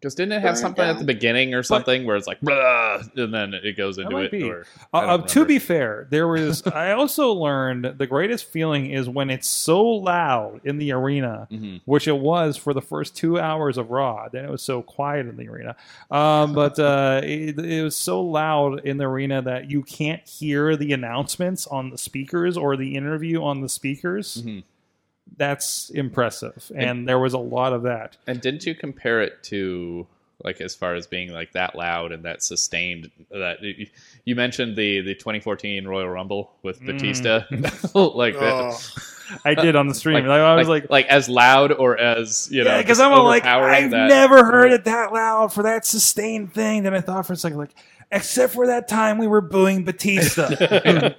Speaker 6: Because didn't it have
Speaker 4: Burn it
Speaker 6: something at the
Speaker 4: down.
Speaker 6: beginning or something where it's like, "Blah," and then it goes into
Speaker 3: might
Speaker 6: it?
Speaker 3: be.
Speaker 6: Or,
Speaker 3: Uh,
Speaker 6: I don't
Speaker 3: uh, to
Speaker 6: remember.
Speaker 3: be fair, there was. I also learned the greatest feeling is when it's so loud in the arena,
Speaker 6: Mhm.
Speaker 3: which it was for the first two hours of Raw. Then it was so quiet in the arena, um, but uh, it, it was so loud in the arena that you can't hear the announcements on the speakers or the interview on the speakers.
Speaker 6: Mhm.
Speaker 3: That's impressive, and there was a lot of that.
Speaker 6: And didn't you compare it to like as far as being like that loud and that sustained? That you mentioned the the 2014 Royal Rumble
Speaker 3: Mm.
Speaker 6: with Batista, like that.
Speaker 7: Oh.
Speaker 3: I did on the stream. I, I was like,
Speaker 6: like as loud or as you know,
Speaker 3: yeah, because
Speaker 6: just
Speaker 3: I'm like,
Speaker 6: overpowering
Speaker 3: I've
Speaker 6: that-
Speaker 3: never heard it that loud for that sustained thing. Then I thought for a second, like, except for that time we were booing Batista.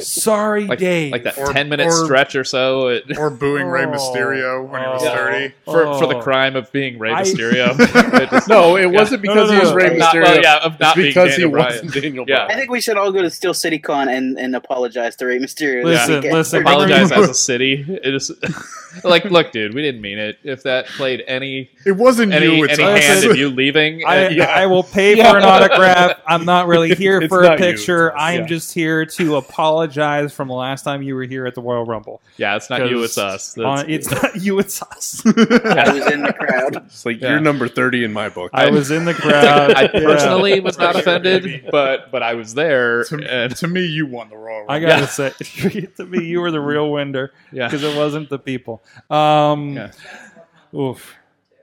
Speaker 3: Sorry,
Speaker 6: like,
Speaker 3: Dave.
Speaker 6: like that
Speaker 7: Or-
Speaker 6: 10 minute
Speaker 7: or-
Speaker 6: stretch or so it,
Speaker 7: Or booing Rey
Speaker 3: Oh.
Speaker 7: Mysterio when he was
Speaker 3: Yeah.
Speaker 7: 30.
Speaker 6: for, for the
Speaker 3: Oh.
Speaker 6: crime of being Rey
Speaker 3: I-
Speaker 6: Mysterio. It just-
Speaker 9: No, it
Speaker 6: Yeah.
Speaker 9: wasn't
Speaker 3: No,
Speaker 9: because
Speaker 3: no,
Speaker 9: he was
Speaker 3: no,
Speaker 9: Rey
Speaker 6: of not-
Speaker 9: Mysterio.
Speaker 6: well, yeah, of not
Speaker 9: it's
Speaker 6: being
Speaker 9: because he
Speaker 6: Daniel Bryan.
Speaker 9: wasn't Daniel
Speaker 6: Yeah.
Speaker 9: Bryan.
Speaker 4: I think we should all go to Steel City Con and, and apologize to Ray Mysterio. this
Speaker 3: Listen,
Speaker 4: weekend.
Speaker 3: listen,
Speaker 6: apologize as a city. It is like, look, dude, we didn't mean it. If that played any
Speaker 7: It wasn't
Speaker 6: any,
Speaker 7: you. It's
Speaker 6: any
Speaker 3: us.
Speaker 6: hand
Speaker 7: us.
Speaker 6: in you leaving,
Speaker 3: I,
Speaker 6: uh, yeah,
Speaker 3: I will pay for an autograph. I'm not really here
Speaker 9: It's
Speaker 3: for a
Speaker 9: not you,
Speaker 3: picture.
Speaker 9: it's us.
Speaker 3: I am
Speaker 9: Yeah.
Speaker 3: just here to apologize from the last time you were here at the Royal Rumble.
Speaker 6: yeah, it's not you, it's us. That's-
Speaker 3: Uh, it's not you, it's us.
Speaker 4: I was in the crowd.
Speaker 9: It's like
Speaker 6: Yeah.
Speaker 9: you're number thirty in my book.
Speaker 3: I was in the crowd.
Speaker 6: I
Speaker 3: Yeah.
Speaker 6: personally was not
Speaker 7: Right,
Speaker 6: offended,
Speaker 7: maybe.
Speaker 6: but but I was there,
Speaker 7: to,
Speaker 6: and
Speaker 7: to me, you won the Royal Rumble.
Speaker 3: I gotta say, to me, you were the real winner.
Speaker 6: yeah,
Speaker 3: because it wasn't the people. Um,
Speaker 6: Yeah.
Speaker 3: Oof.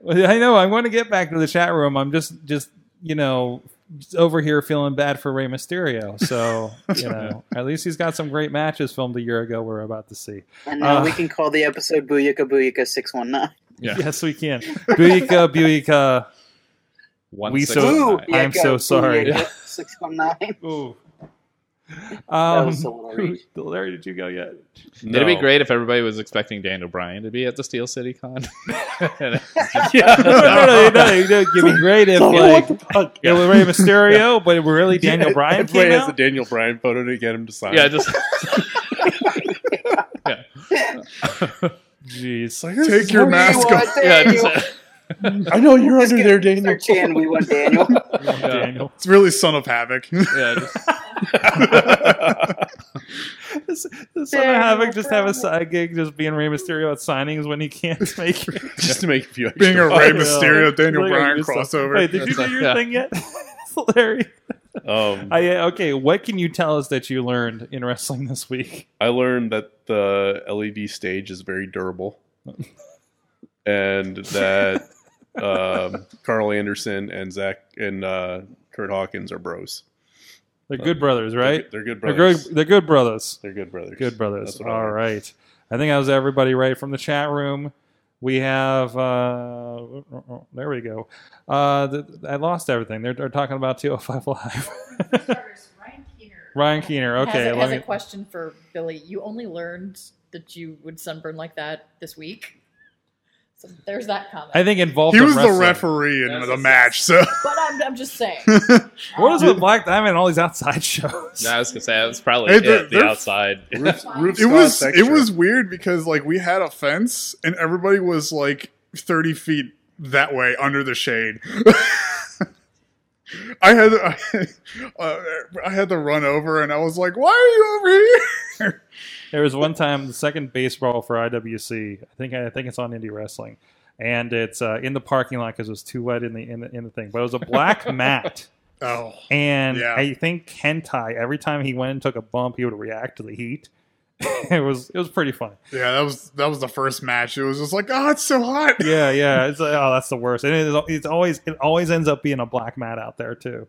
Speaker 3: I know. I'm going to get back to the chat room. I'm just, just you know, just over here feeling bad for Rey Mysterio. So you know, at least he's got some great matches filmed a year ago. We're about to see.
Speaker 4: And now
Speaker 3: Uh.
Speaker 4: we can call the episode Booyaka Booyaka 619.
Speaker 6: Yeah.
Speaker 3: Yes, we can. Buika, Buika.
Speaker 6: One
Speaker 3: We
Speaker 6: six
Speaker 3: so-
Speaker 6: nine.
Speaker 4: Boo!
Speaker 3: I'm so sorry.
Speaker 4: 619.
Speaker 3: Ooh.
Speaker 4: That
Speaker 3: Um,
Speaker 4: was a little reach.
Speaker 3: Larry, did you go yet?
Speaker 6: It'd be
Speaker 9: No.
Speaker 6: great if everybody was expecting Daniel Bryan to be at the Steel City Con. And it's just-
Speaker 3: no, no, no, no, no, It'd be great if like it was Rey Mysterio, but it were really Daniel Bryan
Speaker 9: Everybody
Speaker 3: came
Speaker 9: has a
Speaker 3: out.
Speaker 9: Daniel Bryan photo to get him to sign.
Speaker 6: yeah, just
Speaker 3: Jeez.
Speaker 7: Take your
Speaker 4: We
Speaker 7: mask
Speaker 4: want
Speaker 7: off.
Speaker 6: yeah,
Speaker 4: Daniel.
Speaker 6: just-
Speaker 9: I know you're
Speaker 4: Let's
Speaker 9: under
Speaker 4: get
Speaker 9: there,
Speaker 4: Our
Speaker 9: Daniel.
Speaker 4: chin, we want Daniel.
Speaker 3: Daniel.
Speaker 7: It's really Son of Havoc.
Speaker 6: yeah, just-
Speaker 3: Does does Son of
Speaker 4: Daniel
Speaker 3: Havoc just have a
Speaker 4: Bryan.
Speaker 3: side gig, just being Rey Mysterio at signings when he can't make it?
Speaker 9: just to make a few extra
Speaker 7: Being a
Speaker 9: bucks.
Speaker 7: Rey
Speaker 3: know.
Speaker 7: Mysterio, Daniel
Speaker 3: Like,
Speaker 7: Bryan
Speaker 3: I missed
Speaker 7: crossover.
Speaker 3: Wait, did you
Speaker 6: That's
Speaker 3: do
Speaker 6: like-
Speaker 3: your
Speaker 6: yeah.
Speaker 3: thing yet, Larry?
Speaker 9: Um,
Speaker 3: I, uh, okay, what can you tell us that you learned in wrestling this week?
Speaker 9: I learned that the LED stage is very durable, and that um, Carl Anderson and Zach and uh, Kurt Hawkins are bros.
Speaker 3: They're good brothers, right?
Speaker 9: They're good
Speaker 3: They're
Speaker 9: brothers.
Speaker 3: good. They're good brothers.
Speaker 9: They're good brothers.
Speaker 3: Good brothers.
Speaker 9: That's what I
Speaker 3: All
Speaker 9: learned.
Speaker 3: right. I think that was everybody right from the chat room. We have uh, there we go. Uh, th- I lost everything. They're, they're talking about 205 live.
Speaker 5: Ryan Keener.
Speaker 3: Ryan Keener. Okay,
Speaker 5: has, a,
Speaker 3: let
Speaker 5: has a
Speaker 3: me.
Speaker 5: question for Billy. You only learned that you would sunburn like that this week. So there's that comment.
Speaker 3: I think involved.
Speaker 7: He
Speaker 3: in
Speaker 7: was the
Speaker 3: wrestling.
Speaker 7: referee in
Speaker 6: That's
Speaker 7: the
Speaker 6: a-
Speaker 7: match, so
Speaker 5: but I'm, I'm just saying.
Speaker 3: What is with Black Diamond and all these outside shows?
Speaker 6: I was gonna say that was probably
Speaker 7: Hey,
Speaker 6: it,
Speaker 7: they're-
Speaker 6: the
Speaker 7: they're-
Speaker 6: outside.
Speaker 9: Roof, roof
Speaker 7: it was
Speaker 9: Scott's
Speaker 7: it
Speaker 9: extra.
Speaker 7: was weird because like we had a fence and everybody was like thirty feet that way under the shade. I had I, uh, I had to run over and I was like, "Why are you over here?"
Speaker 3: There was one time the second baseball for IWC. I think I think it's on indie wrestling, and it's uh, in the parking lot because it was too wet in the, in the in the thing. But it was a black mat,
Speaker 7: Oh,
Speaker 3: and
Speaker 7: Yeah.
Speaker 3: I think Hentai. Every time he went and took a bump, he would react to the heat. it was it was pretty funny.
Speaker 7: yeah, that was that was the first match. It was just like, "Oh, it's so hot."
Speaker 3: Yeah, yeah. It's like, oh, that's the worst. And it's, it's always it always ends up being a black mat out there too.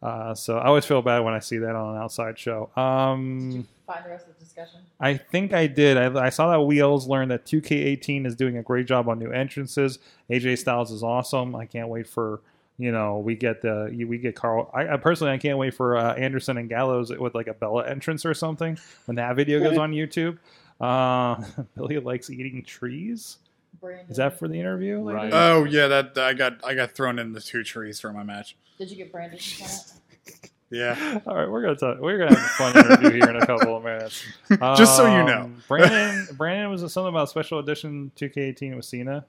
Speaker 3: Uh, so I always feel bad when I see that on an outside show. Um,
Speaker 5: Find the rest of the discussion.
Speaker 3: I think I did. I, I saw that Wheels learned that 2K18 is doing a great job on new entrances. AJ Styles is awesome. I can't wait for you know we get the you- we get Carl. I, I personally I can't wait for uh, Anderson and Gallows with like a Bella entrance or something when that video goes on YouTube. Uh, Billy likes eating trees.
Speaker 5: Brandon,
Speaker 3: Is that for the interview? uh, later?
Speaker 6: Right.
Speaker 7: Oh yeah, that I got I got thrown in the two trees for my match.
Speaker 5: Did you get Brandon?
Speaker 7: Yeah,
Speaker 3: All right, we're gonna talk, we're gonna have a fun interview here in a couple of minutes. Um,
Speaker 7: Just so you know.
Speaker 3: Brandon Brandon was something about special edition 2K18 with Cena.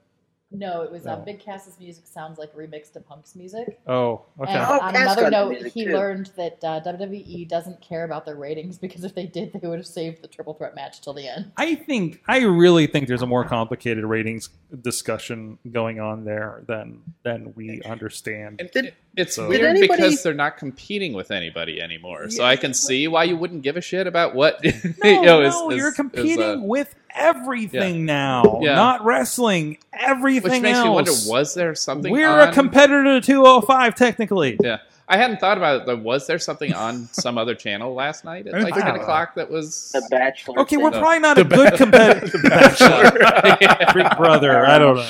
Speaker 5: No, it was uh,
Speaker 3: No.
Speaker 5: Big Cass's music sounds like remixed to Punk's music.
Speaker 3: Oh, okay.
Speaker 5: And
Speaker 4: Oh,
Speaker 5: on
Speaker 4: Cass
Speaker 5: another
Speaker 4: got
Speaker 5: note,
Speaker 4: music
Speaker 5: he
Speaker 4: too.
Speaker 5: learned that uh, WWE doesn't care about their ratings because if they did, they would have saved the triple threat match till the end.
Speaker 3: I think I really think there's a more complicated ratings discussion going on there than than we understand.
Speaker 6: And
Speaker 4: Did-
Speaker 6: it- it's
Speaker 3: So-
Speaker 6: weird
Speaker 4: Did anybody-
Speaker 6: because they're not competing with anybody anymore. So I can see why you wouldn't give a shit about what. No,
Speaker 3: No, no,
Speaker 6: uh,
Speaker 3: you're competing
Speaker 4: uh,
Speaker 3: with everything now,
Speaker 6: Yeah.
Speaker 3: not wrestling. Everything
Speaker 6: which makes
Speaker 3: else.
Speaker 6: me wonder: was there something?
Speaker 3: We're a
Speaker 6: on-
Speaker 3: competitor to 205 technically.
Speaker 6: Yeah, I hadn't thought about it. Though. Was there something on some other channel last night at
Speaker 7: I didn't
Speaker 6: like
Speaker 7: think
Speaker 6: ten
Speaker 7: about
Speaker 6: o'clock that was?
Speaker 4: The Bachelor.
Speaker 3: Okay, we're
Speaker 4: thing.
Speaker 3: probably not a good competitor. Big brother, I don't know.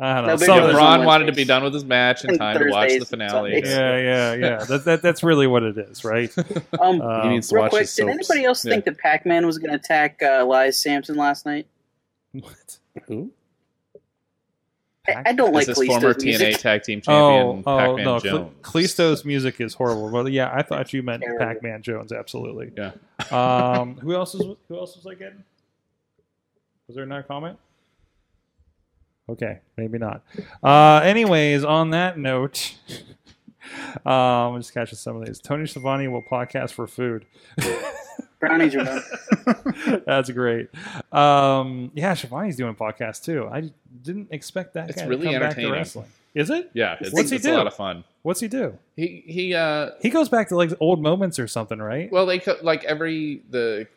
Speaker 3: I don't know.
Speaker 4: No, Big
Speaker 3: Something-
Speaker 4: Brother. Bronze
Speaker 6: LeBron wanted to be
Speaker 4: Wednesdays.
Speaker 6: done with his match in
Speaker 4: And
Speaker 6: time to watch the
Speaker 4: Thursdays and
Speaker 6: finale.
Speaker 4: Sundays.
Speaker 3: yeah, yeah, yeah. That, that, that's really what it is, right?
Speaker 4: Um,
Speaker 9: he
Speaker 3: Um,
Speaker 9: needs to
Speaker 4: real
Speaker 9: watch
Speaker 4: quick,
Speaker 9: his
Speaker 4: did
Speaker 9: soaps.
Speaker 4: anybody else think that Pac-Man was going to attack uh, Elias Sampson last night?
Speaker 9: Who?
Speaker 4: I, I don't like
Speaker 6: Is this former
Speaker 4: Kalisto's music.
Speaker 6: TNA Tag Team
Speaker 3: oh,
Speaker 6: Champion
Speaker 3: oh
Speaker 6: Pac-Man
Speaker 3: no, Cle-
Speaker 6: Jones?
Speaker 3: Kalisto's music is horrible. But yeah, I thought you meant
Speaker 4: Terrible.
Speaker 3: Pac-Man Jones. Absolutely.
Speaker 6: Yeah.
Speaker 3: Um, who else is who else was I getting? Was there not a comment? Okay, maybe not. Uh, anyways, on that note, um, I'm just catching some of these. Tony Schiavone will podcast for food.
Speaker 4: Brownies are done.
Speaker 3: That's great. Um, yeah, Shivani's doing podcasts too. I didn't expect that.
Speaker 6: It's
Speaker 3: guy
Speaker 6: really
Speaker 3: to come back to
Speaker 6: entertaining.
Speaker 3: wrestling. Is it?
Speaker 6: Yeah, it's,
Speaker 3: What's he
Speaker 6: it's
Speaker 3: do?
Speaker 6: a lot of fun.
Speaker 3: What's he do?
Speaker 6: He he uh
Speaker 3: He goes back to like old moments or something, right?
Speaker 6: Well, they co- like every the,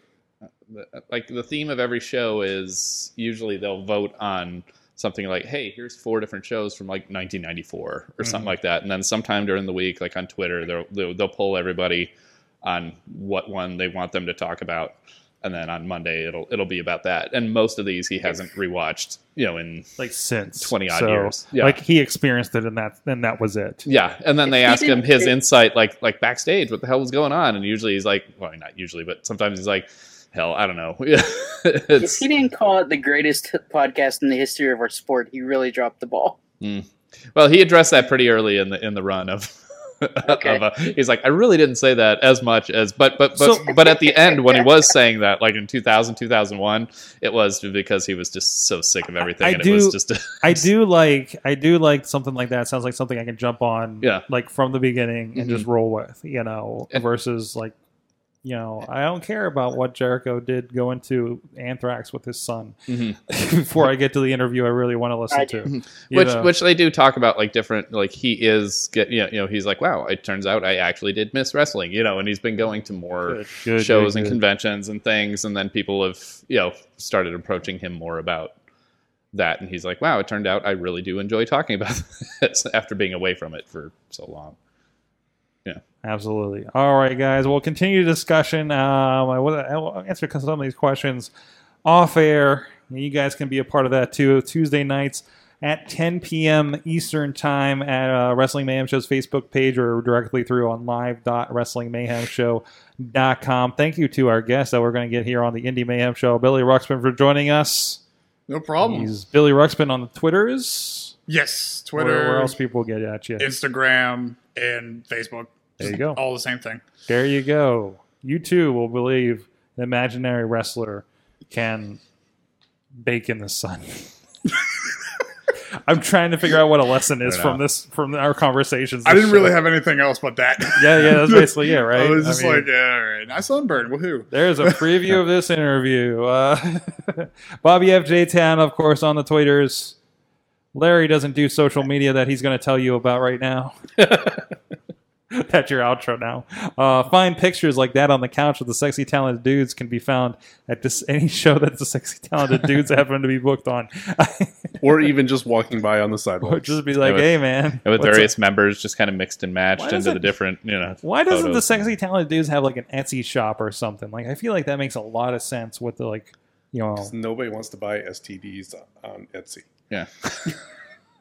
Speaker 6: the like the theme of every show is usually they'll vote on something like, "Hey, here's four different shows from like 1994 or
Speaker 3: Mm-hmm.
Speaker 6: something like that," and then sometime during the week, like on Twitter, they'll they'll, they'll poll everybody on what one they want them to talk about. And then on Monday it'll it'll be about that. And most of these he hasn't rewatched, you know, in
Speaker 3: like since
Speaker 6: 20 odd
Speaker 3: So,
Speaker 6: years. Yeah.
Speaker 3: Like he experienced it, and that and that was it.
Speaker 6: Yeah, and then they
Speaker 4: If he
Speaker 6: ask him
Speaker 4: didn't-
Speaker 6: his insight, like like backstage, what the hell was going on? And usually he's like, well, not usually, but sometimes he's like, hell, I don't know.
Speaker 4: If
Speaker 6: it's,
Speaker 4: he didn't call it the greatest podcast in the history of our sport, he really dropped the ball.
Speaker 6: well, he addressed that pretty early in the in the run of.
Speaker 4: Okay.
Speaker 6: of uh, he's like, I really didn't say that as much as, but but but
Speaker 3: So-
Speaker 6: but at the end when he was saying that, like in 2000, 2001, it was because he was just so sick of everything,
Speaker 3: I
Speaker 6: and
Speaker 3: do-
Speaker 6: it was just a,
Speaker 3: I do like I do like something like that. Sounds like something I can jump on,
Speaker 6: Yeah.
Speaker 3: like from the beginning and
Speaker 6: Mhm.
Speaker 3: just roll with, you know.
Speaker 6: And-
Speaker 3: versus like, you know, I don't care about what Jericho did going to Anthrax with his son.
Speaker 6: Mhm.
Speaker 3: Before I get to the interview, I really want to
Speaker 4: I
Speaker 3: listen
Speaker 4: do.
Speaker 3: to. you
Speaker 6: which
Speaker 3: know.
Speaker 6: which they do talk about like different like he is get you know, you know he's like wow it turns out I actually did miss wrestling you know and he's been going to more
Speaker 3: Good, good,
Speaker 6: shows
Speaker 3: good,
Speaker 6: and
Speaker 3: good.
Speaker 6: conventions and things and then people have you know started approaching him more about that and he's like wow it turned out i really do enjoy talking about this after being away from it for so long
Speaker 3: Absolutely. All right, guys. We'll continue the discussion. Um, I will I will answer some of these questions off air. You guys can be a part of that too. Tuesday nights at 10 p.m. Eastern Time at uh, Wrestling Mayhem Show's Facebook page or directly through on live.wrestlingmayhemshow.com. Thank you to our guests that we're going to get here on the Indie Mayhem Show, Billy Ruxpin, for joining us.
Speaker 7: No problem.
Speaker 3: He's Billy Ruxpin on the Twitters.
Speaker 7: yes,
Speaker 3: Where-
Speaker 7: Twitter,
Speaker 3: Where, else people get at you?
Speaker 7: Instagram, and Facebook.
Speaker 3: There you go.
Speaker 7: All the same thing.
Speaker 3: There you go. You too will believe an imaginary wrestler can bake in the sun. I'm trying to figure out what a lesson is
Speaker 6: Fair
Speaker 3: from
Speaker 6: enough.
Speaker 3: this from our conversations.
Speaker 7: I
Speaker 3: this
Speaker 7: didn't
Speaker 3: show.
Speaker 7: really have anything else but that.
Speaker 3: Yeah, yeah, that's basically it, right?
Speaker 7: I was just
Speaker 3: I mean-
Speaker 7: like, yeah, all right. I sunburned. Woohoo.
Speaker 3: There's a preview of this interview. Uh, Bobby FJ Town, of course, on the Twitters. Larry doesn't do social media that he's going to tell you about right now. That's your outro now. Uh, find pictures like that on the couch with the sexy talented dudes can be found at this any show that the sexy talented dudes happen to be booked on.
Speaker 9: Or even just walking by on the sidewalk.
Speaker 3: Just be like,
Speaker 6: with-
Speaker 3: hey man,
Speaker 6: and with
Speaker 3: what's
Speaker 6: various members just kind of mixed and
Speaker 3: Why
Speaker 6: matched
Speaker 3: does
Speaker 6: into the
Speaker 3: it-
Speaker 6: different you know
Speaker 3: Why doesn't the
Speaker 6: photos.
Speaker 3: sexy talented dudes have like an Etsy shop or something? Like I feel like that makes a lot of sense with the like you know
Speaker 9: Nobody wants to buy STDs on Etsy.
Speaker 6: yeah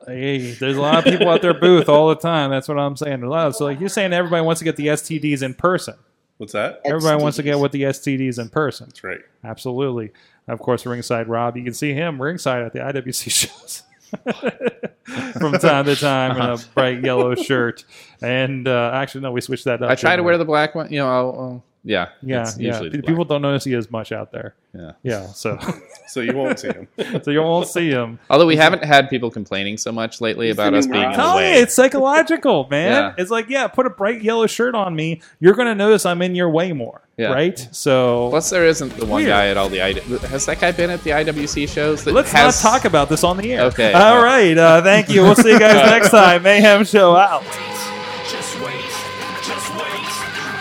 Speaker 3: Hey, there's a lot of people at their booth all the time. That's what I'm saying. A lot. of- So like you're saying everybody wants to get the STDs in person.
Speaker 9: What's that?
Speaker 3: Everybody wants to get with the STDs in person.
Speaker 9: That's right.
Speaker 3: Absolutely. Of course, ringside Rob. You can see him ringside at the IWC shows from time to time in a
Speaker 6: Uh-huh.
Speaker 3: bright yellow shirt. And uh, actually, no, we switched that up.
Speaker 6: i try to
Speaker 3: didn't we?
Speaker 6: wear the black one you know i'll, I'll Yeah,
Speaker 3: Yeah,
Speaker 6: it's
Speaker 3: yeah.
Speaker 6: usually the
Speaker 3: Pe-
Speaker 6: black
Speaker 3: People don't notice he is much out there.
Speaker 6: one. Yeah.
Speaker 3: Yeah, so
Speaker 9: so you won't see him.
Speaker 3: so you won't see him.
Speaker 6: Although we haven't had people complaining so much lately
Speaker 4: He's the
Speaker 6: about us
Speaker 4: new
Speaker 6: being
Speaker 4: Ron.
Speaker 6: in the
Speaker 3: Tell me,
Speaker 6: way.
Speaker 3: it's psychological, man.
Speaker 6: Yeah.
Speaker 3: It's like, yeah, put a bright yellow shirt on me. You're going to notice I'm in your way more,
Speaker 6: Yeah.
Speaker 3: right? So
Speaker 6: Plus, there isn't the one
Speaker 3: Weird.
Speaker 6: guy at all the I- has that guy been at the IWC shows? That
Speaker 3: let's
Speaker 6: has,
Speaker 3: not talk about this on the air.
Speaker 6: Okay.
Speaker 3: All right. Uh, thank you. We'll see you guys next time. Mayhem Show out.
Speaker 2: Just wait, just wait,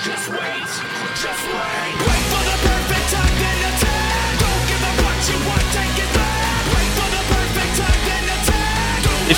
Speaker 2: just wait, just wait. Wait for the perfect time, then attack. Don't give up what you want, take it back. Wait for the perfect time, then attack. Don't
Speaker 3: This